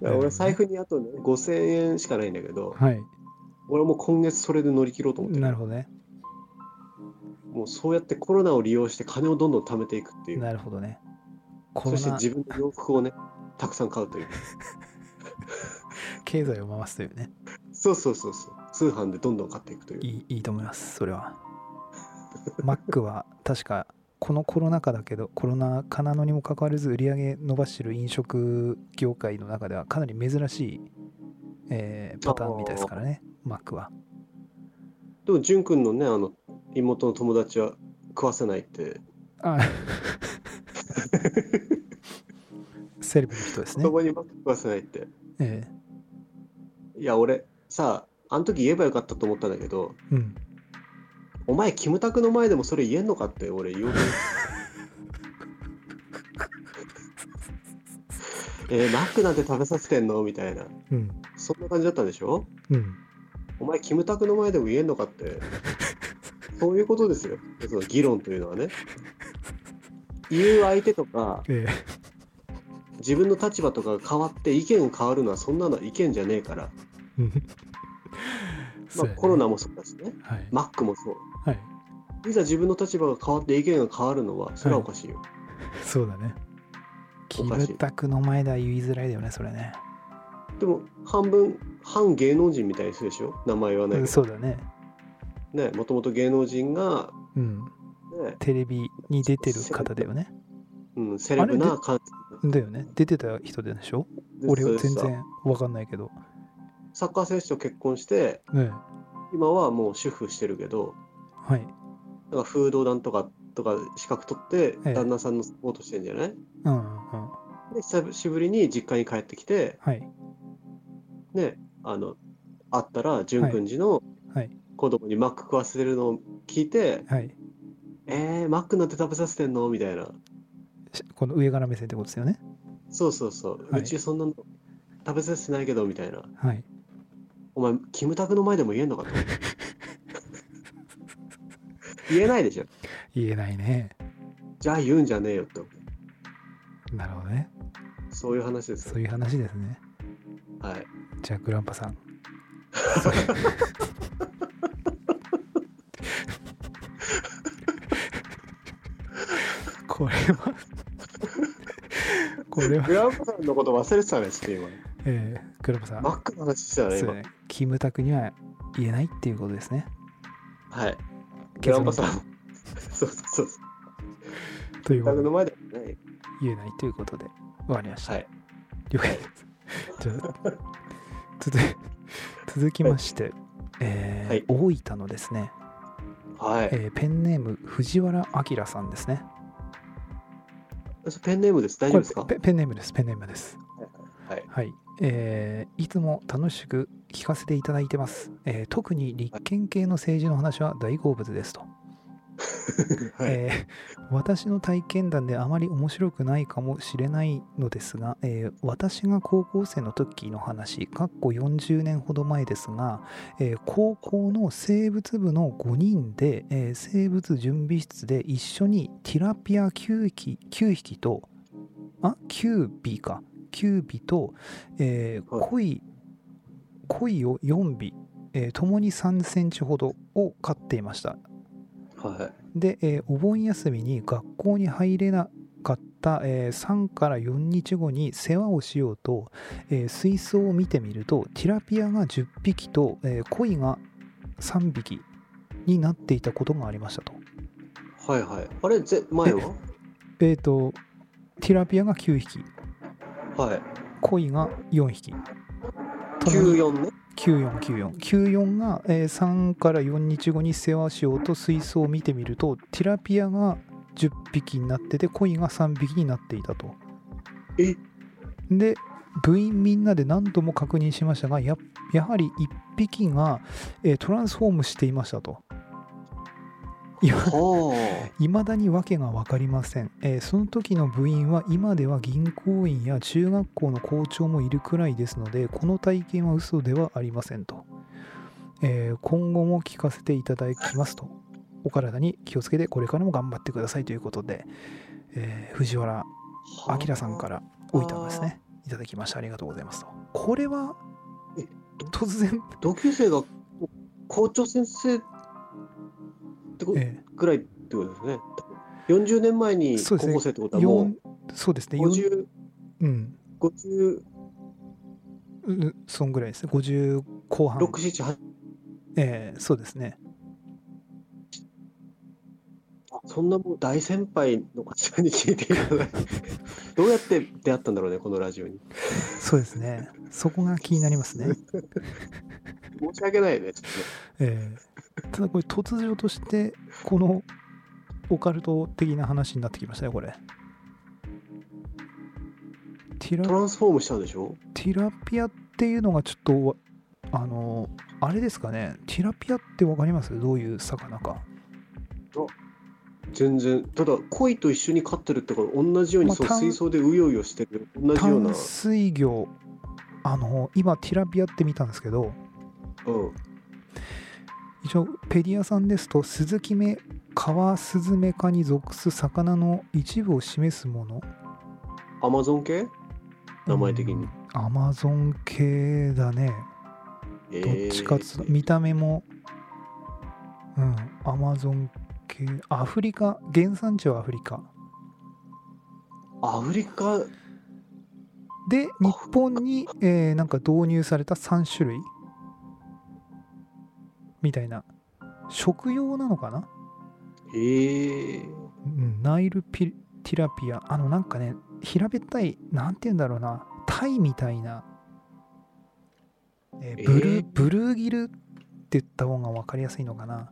いや俺財布にあと、ね、5000円しかないんだけど
はい
俺もう今月それで乗り切ろうと思って
なるほどね
もうそうやってコロナを利用して金をどんどん貯めていくっていう
なるほどねコ
そ
ロ
して
ナ
自分の洋服をねたくさん買うという
経済を回すというね
そうそうそうそう通販でどんどん買っていくという
いいいいと思いますそれはマックは確かこのコロナ禍だけどコロナ禍なのにもかかわらず売り上げ伸ばしてる飲食業界の中ではかなり珍しい、えーパターンみたいですからねマックは
でも、淳君のね、あの、妹の友達は食わせないって、
あセレブの人です
子
ね。
供にばっか食わせないって。
え
いや、俺、さあ、あの時言えばよかったと思ったんだけど、
えうん。
お前、キムタクの前でもそれ言えんのかって、俺、言おうと思ってえーマックなんて食べさせてんのみたいな。
うん。
そんな感じだったんでしょ
うん。
お前、キムタクの前でも言えんのかって、そういうことですよ、その議論というのはね。言う相手とか、
え
自分の立場とかが変わって意見が変わるのは、そんなのは意見じゃねえから、
え。うんそ
ま
う
あ、
やね
コロナもそうだしね、
はい。
マックもそう。
はい。
いざ自分の立場が変わって意見が変わるのは、それはおかしいよ。
そうだね。キ
おか
ム
しい
タクの前では言いづらいだよね、それね。
でも、半分、反芸能人みたいにするでしょ名前言わな
う
い
ん
けど
そうだね。
ね、もともと芸能人が、
うん。
ね
テレビに出てる方だよね。
うん、セレブな感
だよね。出てた人でしょ
じ
俺は
で
全
さ
然わかんないけど。
サッカー選手と結婚して、
ね
今はもう主婦してるけど、
はい。
なんかフードなんとかとか資格取って
ええ
旦那さんのサポートしてんじゃない、
うんうんうん。
で久しぶりに実家に帰ってきて
はい。
ねあの会ったら淳君寺の
はい
子供にマック食わせてるのを聞いて
はい。
「えー、マックなんて食べさせてんの?」みたいな
しこの上から目線ってことですよね。
「そうそうそう、
はいう
ちそんなの食べさせてないけど」みたいな
はい。
「お前キムタクの前でも言え
[laughs]
んのか?」と言えないでしょ
言えないね。
じゃあ言うんじゃねえよって
なるほどね。
そういう話です
そういう話ですね。
はい
じゃあ、グランパさん。 [laughs] これは [laughs] これは、
グランパさんのこと忘れてたねちょっ
[laughs]
と今
えー、グランパさん
マックの話してたね
そ
今
うねキムタクには言えないっていうことですね
はい。グ
結
ラ
論
ンパさん。 [laughs] そ
[laughs]
うそうそうそう。
という
自
こと
宅
で
の前でもね。
言えないということで終わりました、
はい。
了解ですじゃあ続 [laughs] い続きまして、えー
はい
大分のですね、
はい。
えーペンネーム藤原明さんですね
それペンネームです。大丈夫ですか
これペペンネームですペンネームです [laughs]
はい。
はいえーいつも楽しく聞かせていただいてます、えー特に立憲系の政治の話は大好物ですと
はい。
えー [laughs] 私の体験談であまり面白くないかもしれないのですが、えー私が高校生の時の話かっこ40年ほど前ですが、えー高校の生物部の5人で、えー生物準備室で一緒にティラピア9匹 ,9 匹とあ9尾か9尾と、えー
は
鯉
い
鯉を4尾、えー、共に3センチほどを飼っていました
は
で、えーお盆休みに学校に入れなかった、えー3から4日後に世話をしようと、えー水槽を見てみるとティラピアが10匹と、えーコイが3匹になっていたことがありましたと。
い。はいはい。あれ、ぜ前は
えー、とティラピアが9匹
はい。
コイが4匹。
九
[laughs]
四ね。
949494が、えー3から4日後に世話しようと水槽を見てみるとティラピアが10匹になっててコイが3匹になっていたと
え
で部員みんなで何度も確認しましたがややはり1匹が、えートランスフォームしていましたといや
は
未だに訳が分かりません、えーその時の部員は今では銀行員や中学校の校長もいるくらいですのでこの体験は嘘ではありませんと、えー今後も聞かせていただきますとお体に気をつけてこれからも頑張ってくださいということで、えー藤原
あ。。
明さんからら置いたんですねいただきましたありがとうございますとこれは
え
突然、
同級生が校長先生ってこ
え
ぐらいってことですね。四十年前に
そう
高
ですね
校生ってこと
ー、
はも
四そうです
う
ね
五
四
十
うん
五十
うんそんぐらいですね50後半
六七八
えーそうですね
そんなもう大先輩の方に聞いていた
[laughs]
だいてどうやって出会ったんだろうねこのラジオに
そうですね。そこが気になりますね。
申し訳ないねちょっとね
ええただこれ突如としてこのオカルト的な話になってきましたねこれティ
ト
ラ
ランスフォームしたんでしょ
ティラピアっていうのがちょっとわあのあれですかねティラピアってわかりますどういう魚か
全然ただ鯉と一緒に飼ってるってから同じように、
まあ
そう
単
水槽でうようよしてる同じような
淡水魚あの今ティラピアって見たんですけど
うん
一応ペディアさんですとスズキ目カワスズメ科に属す魚の一部を示すもの
アマゾン系名前的に、
アマゾン系だね
え
どっ
ー
ちかっつうと見た目もうんアマゾン系アフリカ原産地はアフリカ
アフリカ
で日本に、えーなんか導入された3種類みたいな食用なのかな、
ええ
うん、ナイルピティラピアあのなんかね平べったいなんて言うんだろうなタイみたいな、えーブルー
えー
ブルーギルって言った方が分かりやすいのかな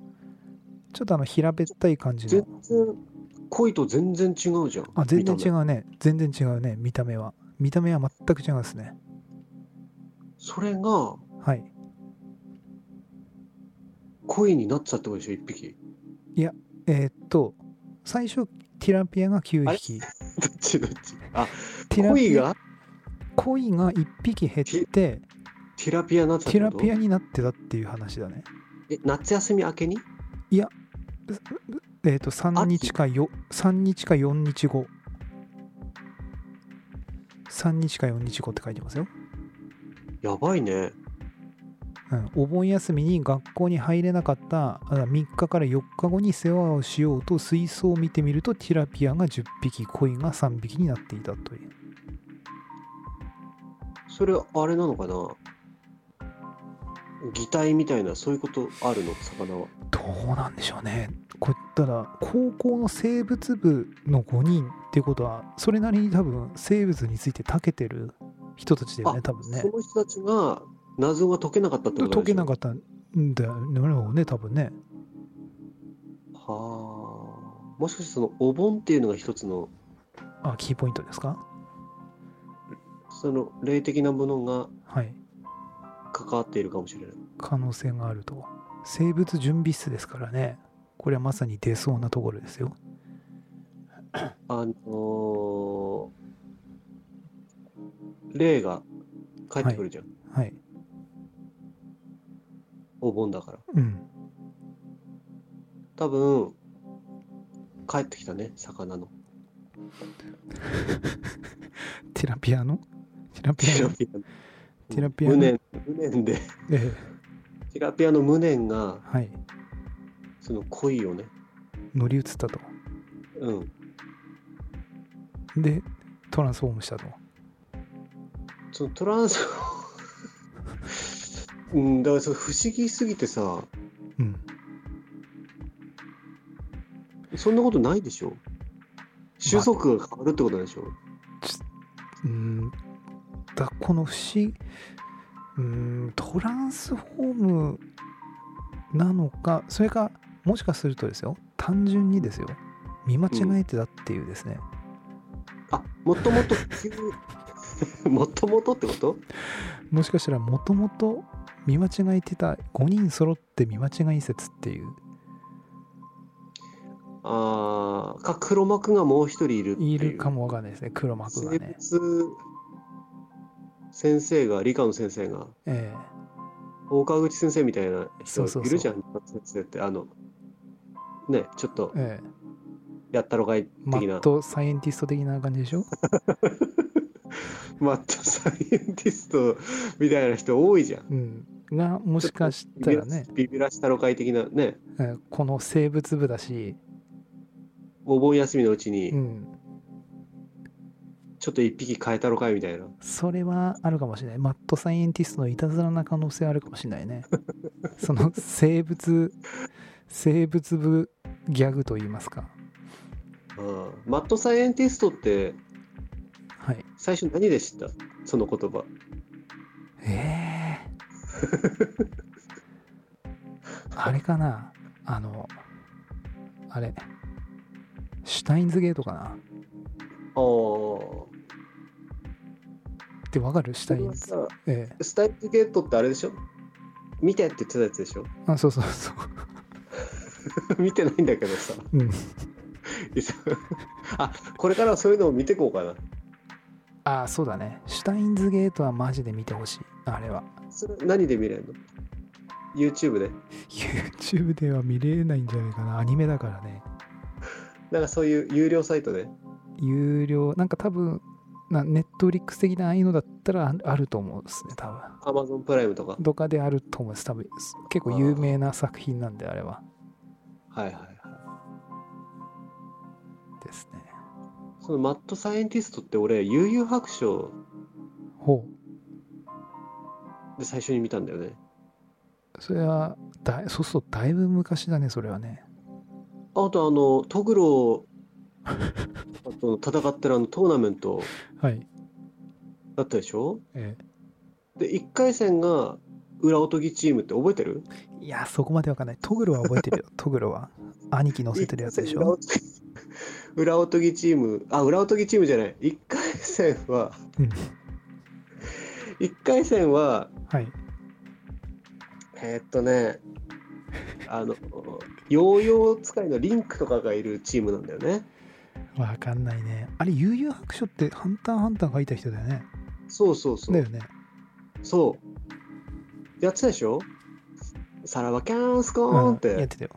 ちょっとあの平べったい感じの
全然鯉と全然違うじゃん
あ全然
見
違
た目
うね全然違うね見た目は見た目は全く違うですね
それが
はい
鯉になっちゃったことでしょ一匹 [laughs]
えーっと最初ティラピアが9
あれ
匹
どっちどっちあ
ティラ
鯉
ピア
が
恋が1匹減って
ティラピアになっちゃっ
ティ
た
ラ
こと
ピアになってたっていう話だね
え夏休み明けに
えっ、と3日かよ3日か4日後3日か4日後って書いてますよ、
やばいね
うん、お盆休みに学校に入れなかった3日から4日後に世話をしようと水槽を見てみるとティラピアが10匹恋が3匹になっていたという
それあれなのかな擬態みたいなそういうことあるの魚は
どうなんでしょうねこういったら高校の生物部の5人っていうことはそれなりに多分生物について長けてる人たちだよね
あ
多分ね
その人たちが謎が解けなかったってこと
解けなか
っ
ったんだよね多分ね
たはあもしかしてそのお盆っていうのが一つの
あキーポイントですか
その霊的なものが
はい
関わっているかもしれない
可能性があると生物準備室ですからねこれはまさに出そうなところですよ
あのー、霊が帰ってくるじゃん、
はい
お盆だから
うん
多分帰ってきたね魚の
ティラピアのティラピ
[laughs]
アの
[laughs] ティラピアの
ティラピアの
無念無念で
ええ
ティラピアの無念が
はい
その恋をね
乗り移ったと
うん
でトランスフォームしたと
そのトランス [laughs] うんだからその不思議すぎてさ
うん
そんなことないでしょ種族が変わるってことなんでし
う
ょ、
ーんだこの不思議うーんトランスフォームなのかそれかもしかするとですよ単純にですよ見間違えてたっていうですね、
あもともと [laughs] もともとってこと
もしかしたらもともと見間違えてた5人揃って見間違い説っていう
ああか黒幕がもう一人いるっていう
いるかもわかんないですね黒幕がね、
生物先生が理科の先生が
ええ
大川口先生みたいな人
そうそうそう
いるじゃん理科の先生ってあのねちょっと
ええ
やったろかい
マ
的
ッ
な
トサイエンティスト的な感じでしょ
[laughs] マットサイエンティストみたいな人多いじゃん。
うんがもしかしたらね、
ビビらしたろかい的なね、
ええこの生物部だし、
お盆休みのうちに
うん、
ちょっと一匹変えたろかいみたいな。
それはあるかもしれない。マットサイエンティストのいたずらな可能性はあるかもしれないね。 [laughs] その生物、生物部ギャグと言いますか。
うんマットサイエンティストって
はい。
最初何で知ったその言葉。
[laughs] ええあれかなあの、あれ、シュタインズゲートかな
おー
ってわかるシュタ
それ
イン
は
ズ。
さ
ええ。
スタイルゲートってあれでしょ見てって言ってたやつでしょ [laughs]
あ、そうそうそう。
見てないんだけどさ。
うん。
[laughs] あこれからはそういうのを見てこうかな。
あ、そうだね。シュタインズゲートはマジで見てほしい。あれは。
それ何で見れるの ?YouTube で。
YouTube では見れないんじゃないかな。アニメだからね。
なんかそういう有料サイトで。
有料、なんか多分、なネットフリックス的なああいうのだったらああると思うんですね、多分。
Amazon プライムとか。
どかであると思うんです、多分。結構有名な作品なんで、あれは。
はいはいはい。
ですね。
そのマッドサイエンティストって俺、悠々白書
ほう。
で最初に見たんだよね。
それはだい、そうするとだいぶ昔だね、それはね。
あとあの、トグロと戦ってるあのトーナメント
はい。
だったでしょ
え
で、1回戦が裏おとぎチームって覚えてる
いや、そこまでわかんない。トグロは覚えて [laughs] るよ、トグロは。兄貴乗せてるやつでし
裏お
ょ。
とぎ裏おとぎチーム、あ、裏おとぎチームじゃない。1回戦は、
うん
1回戦は、
はい。
えーっとね、あの、ヨーヨー使いのリンクとかがいるチームなんだよね。
わかんないね。あれ、悠々白書って、ハンターハンター書いた人だよね。
そうそうそう。
だよね。
そう。やってたでしょさらばキャーンスコー
う
ン
ん
っ、。
やっててたよ。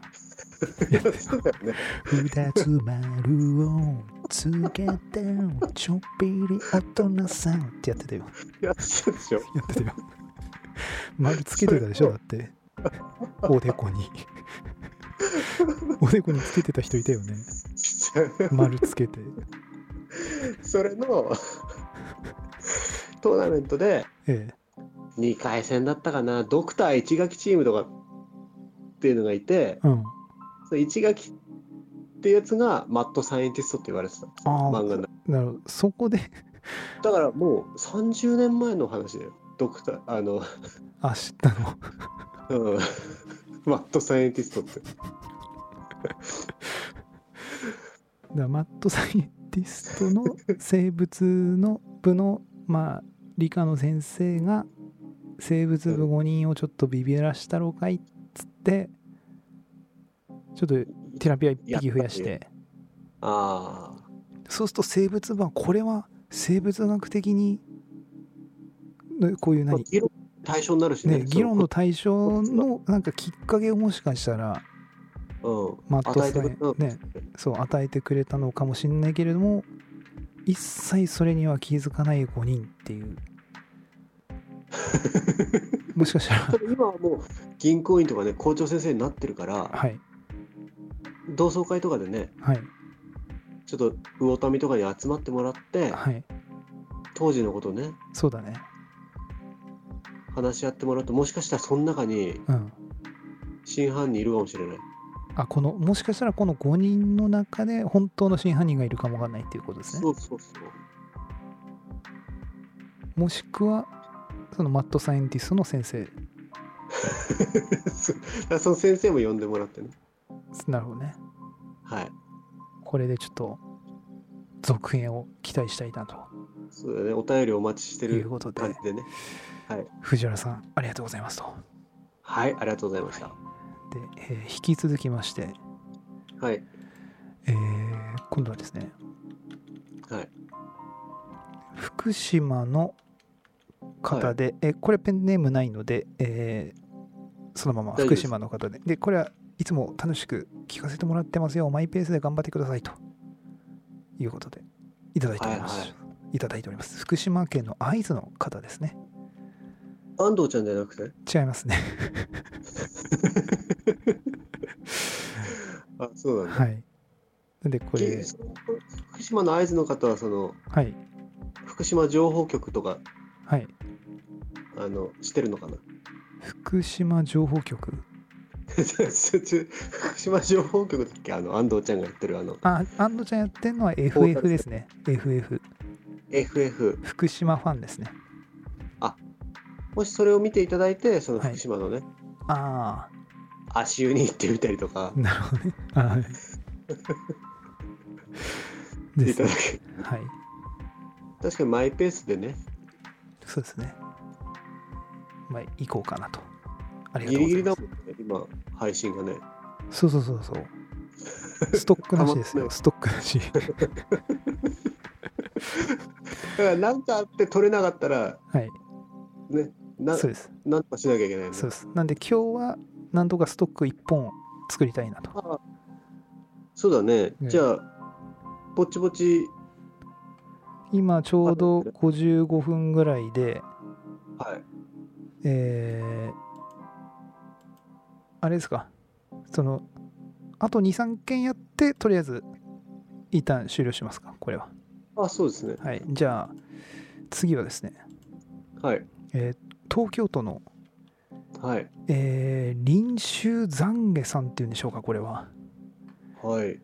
やってたよね。
二つ丸をつけて、ちょっぴり大人さんってやってたよ。
やってた
[laughs]
でしょ
やってたよ。丸つけてたでしょ、だって。おでこに。おでこにつけてた人いたよね。丸つけて。
それのトーナメントで
ええ。
2回戦だったかな、ドクター一垣チームとかっていうのがいて、
うん。
その一垣ってやつがマットサイエンティストって言われてた。
あ
漫画の
あ、なるほど。そこで、
だからもう30年前の話だよ。ドクター、あの、
あ、知ったの。
うん [laughs] マットサイエンティストって。
だマッドサイエンティストの生物の部のまあ理科の先生が生物部5人をちょっとビビらしたろかいっつってちょっとテラピア1匹増やして
ああ。
そうすると生物部はこれは生物学的にのこういう
まあ
何、
議論の対象になるしね。
ね、
そ
議論の対象のなんかきっかけをもしかしたら
うん、
マットサ
与え
イ
てくれたの
ねそう与えてくれたのかもしれないけれども一切それには気づかない5人っていうもしかしたら
ただ今はもう銀行員とかね校長先生になってるから
はい
同窓会とかでね
はい
ちょっと魚民とかに集まってもらって
はい
当時のことね
そうだね
話し合ってもらうともしかしたらその中に
うん
真犯人いるかもしれない
あこのもしかしたらこの5人の中で本当の真犯人がいるかもわかんないっていうことですね
そうそうそう
もしくはそのマッドサイエンティストの先生
そう [laughs] だからその先生も呼んでもらってね
なるほどね
はい
これでちょっと続編を期待したいなと
そうだねお便りお待ちして
いう
る
ことで
感じでね
藤原さんありがとうございますと
はいありがとうございました
で、えー引き続きまして
はい
えー今度はですね
はい
福島の方で、えこれペンネームないので、えーそのまま
大丈夫
福
です
島の方ででこれはいつも楽しく聞かせてもらってますよマイペースで頑張ってくださいということでいただいております、
はいい
ただいております福島県の会津の方ですね
安藤ちゃんじゃなくて
違いますね
あそうなんだ、
[laughs] はいなんでこれ
きその福島の会津の方はその
はい
福島情報局とか
はい
あのしてるのかな [laughs]
福島情報局
福島情報局だっけあの安藤ちゃんがやってるあの
あ安藤ちゃんやってんのは
ポータ
FF
ル
ですね FF
FF
福島ファンですね
もしそれを見ていただいてその
はい
福島のね、
ああ
足湯に行ってみたりとか、
なるほどね。あはい。で
い
す
ただ
ね。
け
はい。
確かにマイペースでね、
そうですね。まあ、行こうかなと。ありが
ギ
とう
リ
ござ
ギ
い
リ
ます。
だもんね、今、配信がね。
そうそうそうそう。ストックなしですよ。ストックなし。
だから、なんかあって取れなかったら、
はい。
ね、な
そうです。
なんとかしなきゃいけないね。
そうです。なんで今日はなんとかストック1本作りたいなと。
あそうだね、
ね
じゃあ、ぼちぼち、
今ちょうど55分ぐらいで、
はい、
えー、あれですか。その、あと2、3件やって、とりあえず、一旦終了しますか、これは。
あ、そうですね、
はい。じゃあ、次はですね、
はい、
東京都の、
はい、
えー、臨終懺悔さんっていうんでしょうか、これは。
はい、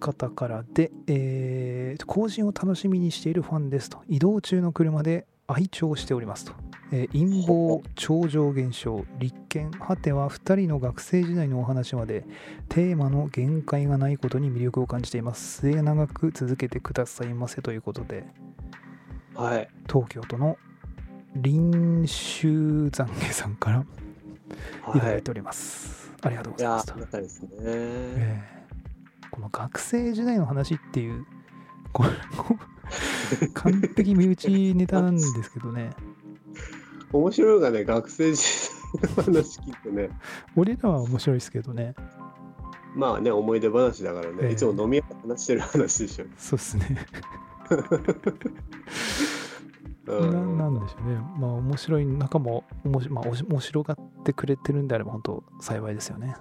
方からで、えー、後進を楽しみにしているファンですと移動中の車で愛聴しておりますと、えー陰謀超常現象立憲果ては2人の学生時代のお話までテーマの限界がないことに魅力を感じています末永く続けてくださいませということで
はい、
東京都の臨終懺悔さんからいた
は
だ
い
い。ております、ありがとうご
い
ざい
や
まし
ー、
た
ありがたいですね。
ええこの学生時代の話っていうこれ [laughs] こう完璧身内ネタなんですけどね
面白いのがね、学生時代の話聞いてね、
俺らは面白いですけどね
まあね、思い出話だからね、
ええ
いつも飲み屋で話してる話でしょ。
そうですね、
う、
ななんんでしょうねまあ面白い仲もおもし、まあ、おし面白がってくれてるんであれば本当幸いですよね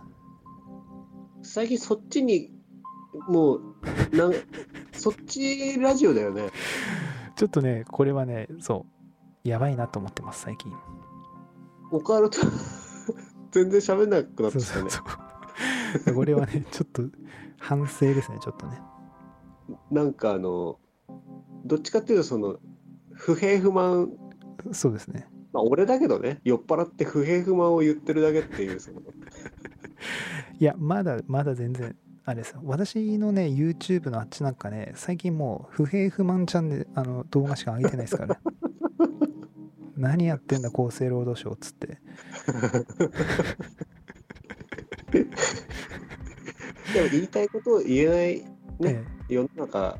最近そっちに、もう、 [laughs] なんそっちラジオだよね。
ちょっとねこれはねそうやばいなと思ってます最近
オカルト、全然喋んなくなって
そう
きた
そ
ね
う。そうこれはねちょっと反省ですねちょっとね
なんかあの、どっちかっていうと、その、不平不満、
そうですね
まあ俺だけどね、酔っ払って不平不満を言ってるだけってい
[laughs]
う、その、
いや、まだまだ全然、あれですよ。私のね、YouTube のあっちなんかね、最近もう不平不満ちゃんであの動画しか上げてないです
[laughs]
からね。何やってんだ、厚生労働省っつって。
でも言いたいことを言えないね
え
世の中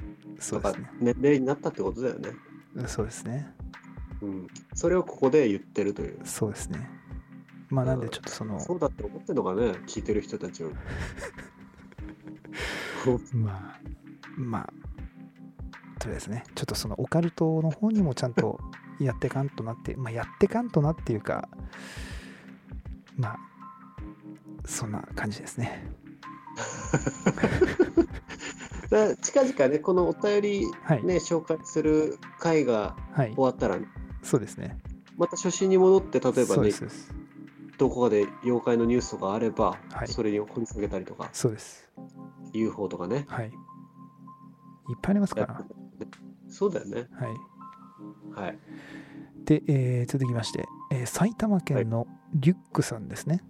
えそ
と
うで
か
すね。
年齢になったってことだよね。
そうですね。
うん、それをここで言ってるという。
そうですね。まあ、なんでちょっとその、
そうだって思ってるのかね、聞いてる人たちを。 [laughs]
まあ、まあ、とりあえずね、ちょっとそのオカルトの方にもちゃんとやってかんとなって、まあ、やってかんとなっていうか、まあ、そんな感じですね。
だから近々ね、このお便り、ね
はい
紹介する回が
はい
終。わったら、
そうですね。
また初心に戻って、例えば
そうで
ね
す、そうです
どこかで妖怪のニュースとかあれば、
はい
それに掘り下げたりとか、
そうです。
UFO とかね。
はい。いっぱいありますから。
そうだよね。
はい。
はい。
で、えー続きまして、えー埼玉県のリュックさんですね。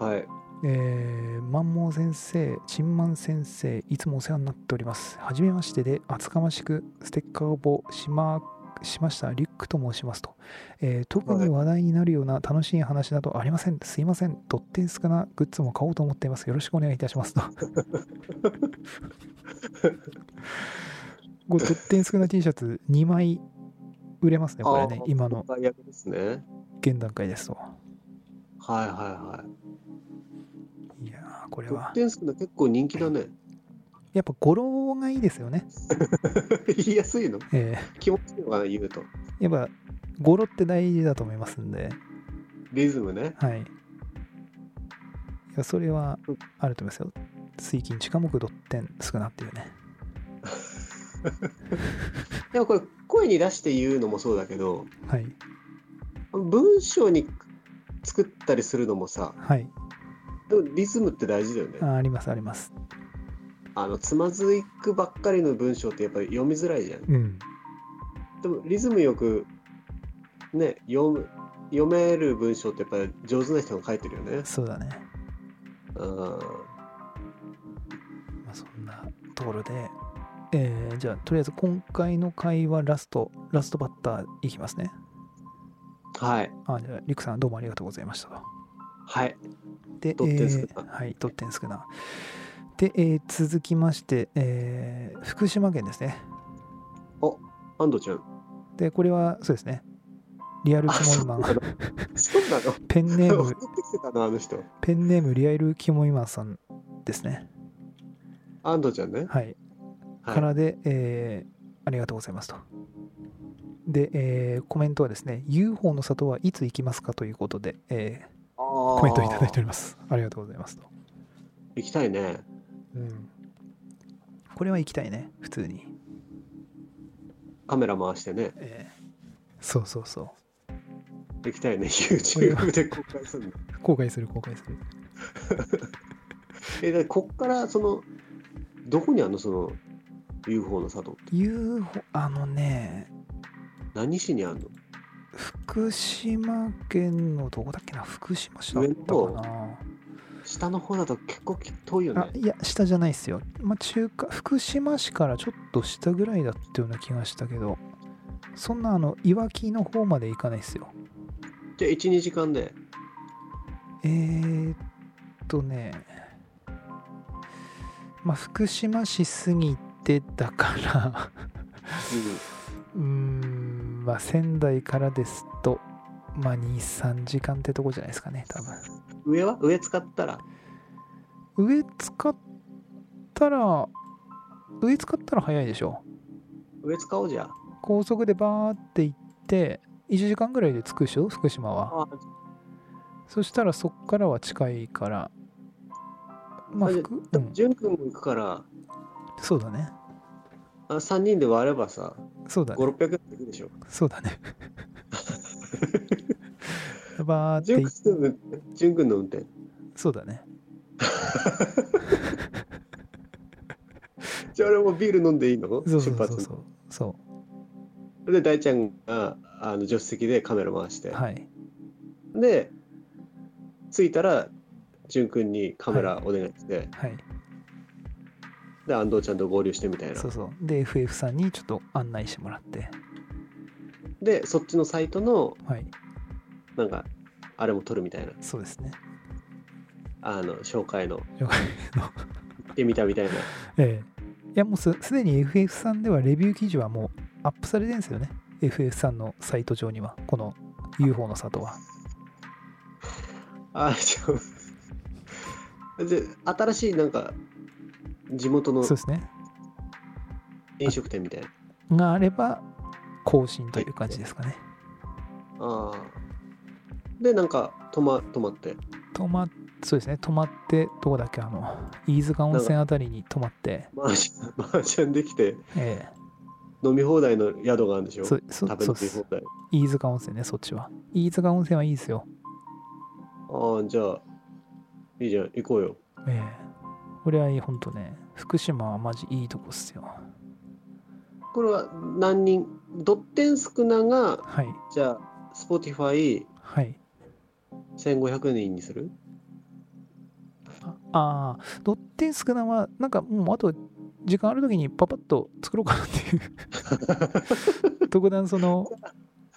はい。
えー、マンモー先生、チンマン先生、いつもお世話になっております。はじめましてで、厚かましくステッカーをしましましたリュックと申しますと、えー特に話題になるような楽しい話などありません。すいません。とってんすかなグッズも買おうと思っています。よろしくお願いいたします
[laughs]
と。ごとってんすかな T シャツ2枚売れますね、これね
あー。
今の
最悪ですね。
現段階ですと。
はいはいはい。
いやー、これ
トッ
は。
テンスクの結構人
[laughs]
気だね。
やっぱ語呂がいいですよね。
言いやすいの
えー
気持ちいいのかな、言うと。
やっぱ語呂って大事だと思いますんで、
リズムね。
はい。いやそれはあると思いますよ。水金地下木ドッテン少なっていうね。
でもこれ、声に出して言うのもそうだけど、
はい。
文章に作ったりするのもさ、
はい。
でもリズムって大事だよね。
あありますあります。
あの、つまずくばっかりの文章ってやっぱり読みづらいじゃん。
うん。
でも、リズムよく、ね、読む、読める文章ってやっぱり上手な人が書いてるよね。
そうだね。
うん。
まあ、そんなところで、えーじゃあ、とりあえず今回の回はラスト、ラストバッターいきますね。
はい。
あ、じゃあ、リクさんどうもありがとうございました。
はい。
で、
ドッテンスクナ
えーはい、ドッテンスクナ。で、えー続きまして、えー福島県ですね。
安藤ちゃん。
で、これは、そうですね。リアルキモイマン
あ。そうなの
ペンネー
送っ
ム
て、きてたのあの人。
ペンネームリアルキモイマンさんですね。
安藤ちゃんね。
はい。か
は
らで、えーありがとうございますと。で、えーコメントはですね、UFO の里はいつ行きますかということで、えー
い。コ
コメントいただいております。ありがとうございますと。
行きたいね。
うん。これは行きたいね、普通に。
カメラ回してね。
えーそうそうそ
行きたいね。YouTube で公開するの。
う。後悔する、後悔する。
え、だからこっから、その、どこにあんのその、UFO の里って。
UFO、あのね、
何市にあんの
福島県のどこだっけな、福島市だった
上
か
の
な。
下の方だと結構遠いよ
あ
ね。
いや下じゃないですよ、まあ、中華福島市からちょっと下ぐらいだったような気がしたけどそんなあのいわきの方まで行かないですよ
じゃあ、1、2時間で。
えー、っとねまあ福島市過ぎてだから [laughs] うーんまあ仙台からですとまあ23時間ってとこじゃないですかね多分
うん上は上使ったら。
上使ったら上使ったら早いでしょ
上使おうじゃあ。
高速でバーって行って1時間ぐらいで着くでしょ福島は
あ
そしたらそっからは近いからまあ
あじゃ
福、う
だ
ん、
淳君も行くから、
そうだね
あ3人で割ればさ、
そうだ
5、
ね
600円でいくでしょ。
そうだ
[laughs]
ねバーって行っ
淳君の運転淳君の運転。
そうだね
じゃあ、俺もビール飲んでいいの
そうそうそ
出
う
発
そうそ
で、大ちゃんがあの助手席でカメラ回して。
うはい
で、着いたら、淳君にカメラお願いして、
はい
で、安藤ちゃんと合流してみたいな
そ。うそうで FF さんにちょっと案内してもらって
で、そっちのサイトの、
はい
なんか、あれも撮るみたいな。
そうですね
あの、紹介の。
了解の
行ってみたみたいな。
ええいやもうすすでに FF さんではレビュー記事はもうアップされてるんですよね FF さんのサイト上にはこの UFO の里は
あ、じゃあ、で新しいなんか、地元の
そうですね
飲食店みたいな。
があれば更新という感じですかね
ああ。で、なんか、泊ま泊まって。
泊まっそうですね泊まってどこだっけあの飯塚温泉あたりに泊まって
マージ [laughs] ャン、マージャンできて、
え
飲み放題の宿があるんでし
え
ょ
そ
食
そそう
べ飲
で
み
す
放題。
飯塚温泉ねそっちは飯塚温泉はいいですよ
ああ、じゃあ、いいじゃん、行こうよ。
ええこれはいいほんとね福島はマジいいとこっすよ
これは何人、ドッテンスクナが、
はい
じゃあ、スポティファイ
はい
1500人にする [laughs]
ああー、ドッテンスクナは、なんかもうあと時間あるときにパパッと作ろうかなっていう。特段その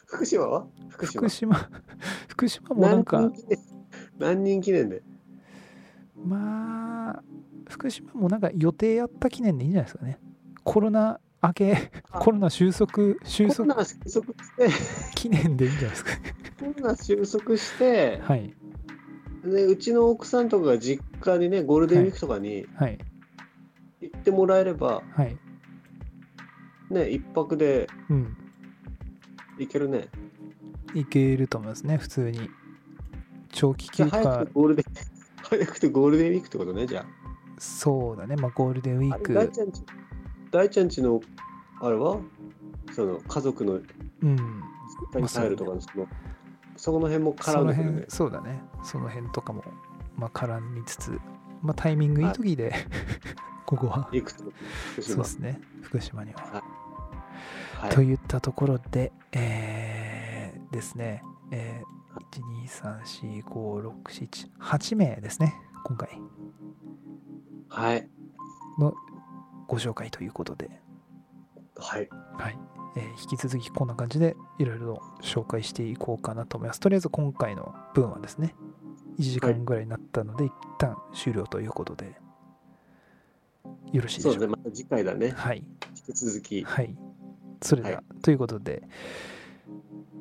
福島は福島
福。島、福島もなんか
何、人記念何人記念で
まあ、福島もなんか予定やった記念でいいんじゃないですかね。コロナ明け、コロナ収束、収
コロ
束
ナ収束して、
記念でいいんじゃないですか。
コロナ収束して、
はい、
でうちの奥さんとかが実家にね、ゴールデンウィークとかに
はい、
行ってもらえれば、
はい。
ね、一泊で
うん、
行けるね。
いけると思いますね、普通に。長期
じゃ
休暇
あ早くて、ゴールデン、 [laughs] 早くてゴールデンウィークってことね、じゃ
そうだね、まあゴールデンウィ
あ。あ
ー
れ大
ク、
ちゃんち、大ちゃんちの、あれはその家族の
うん、
実家に帰るとかの、その、そこの辺も絡んでく
その
るね。
辺そうだねその辺とかも、まあ、絡みつつ、まあ、タイミングいい時で [laughs] ここは
行くと、
そ
福
うで
島。
すね福島には、
は
と
い。
いったところでえーですねえー1234567名ですね今回
はい。
ご紹介ということで、
はい。
はいえー引き続きこんな感じでいろいろ紹介していこうかなと思いますとりあえず今回の分はですね1時間ぐらいになったので一旦終了ということで、よろしいでし
そ
ょ
う
う
で
か
すね。また次回だね。
はい
引き続き。
はい。それでは、
は
ということで、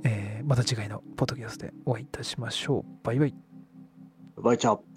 えーまた次回のポッドキャストでお会いいたしましょう。バイバイ。
バイチャー。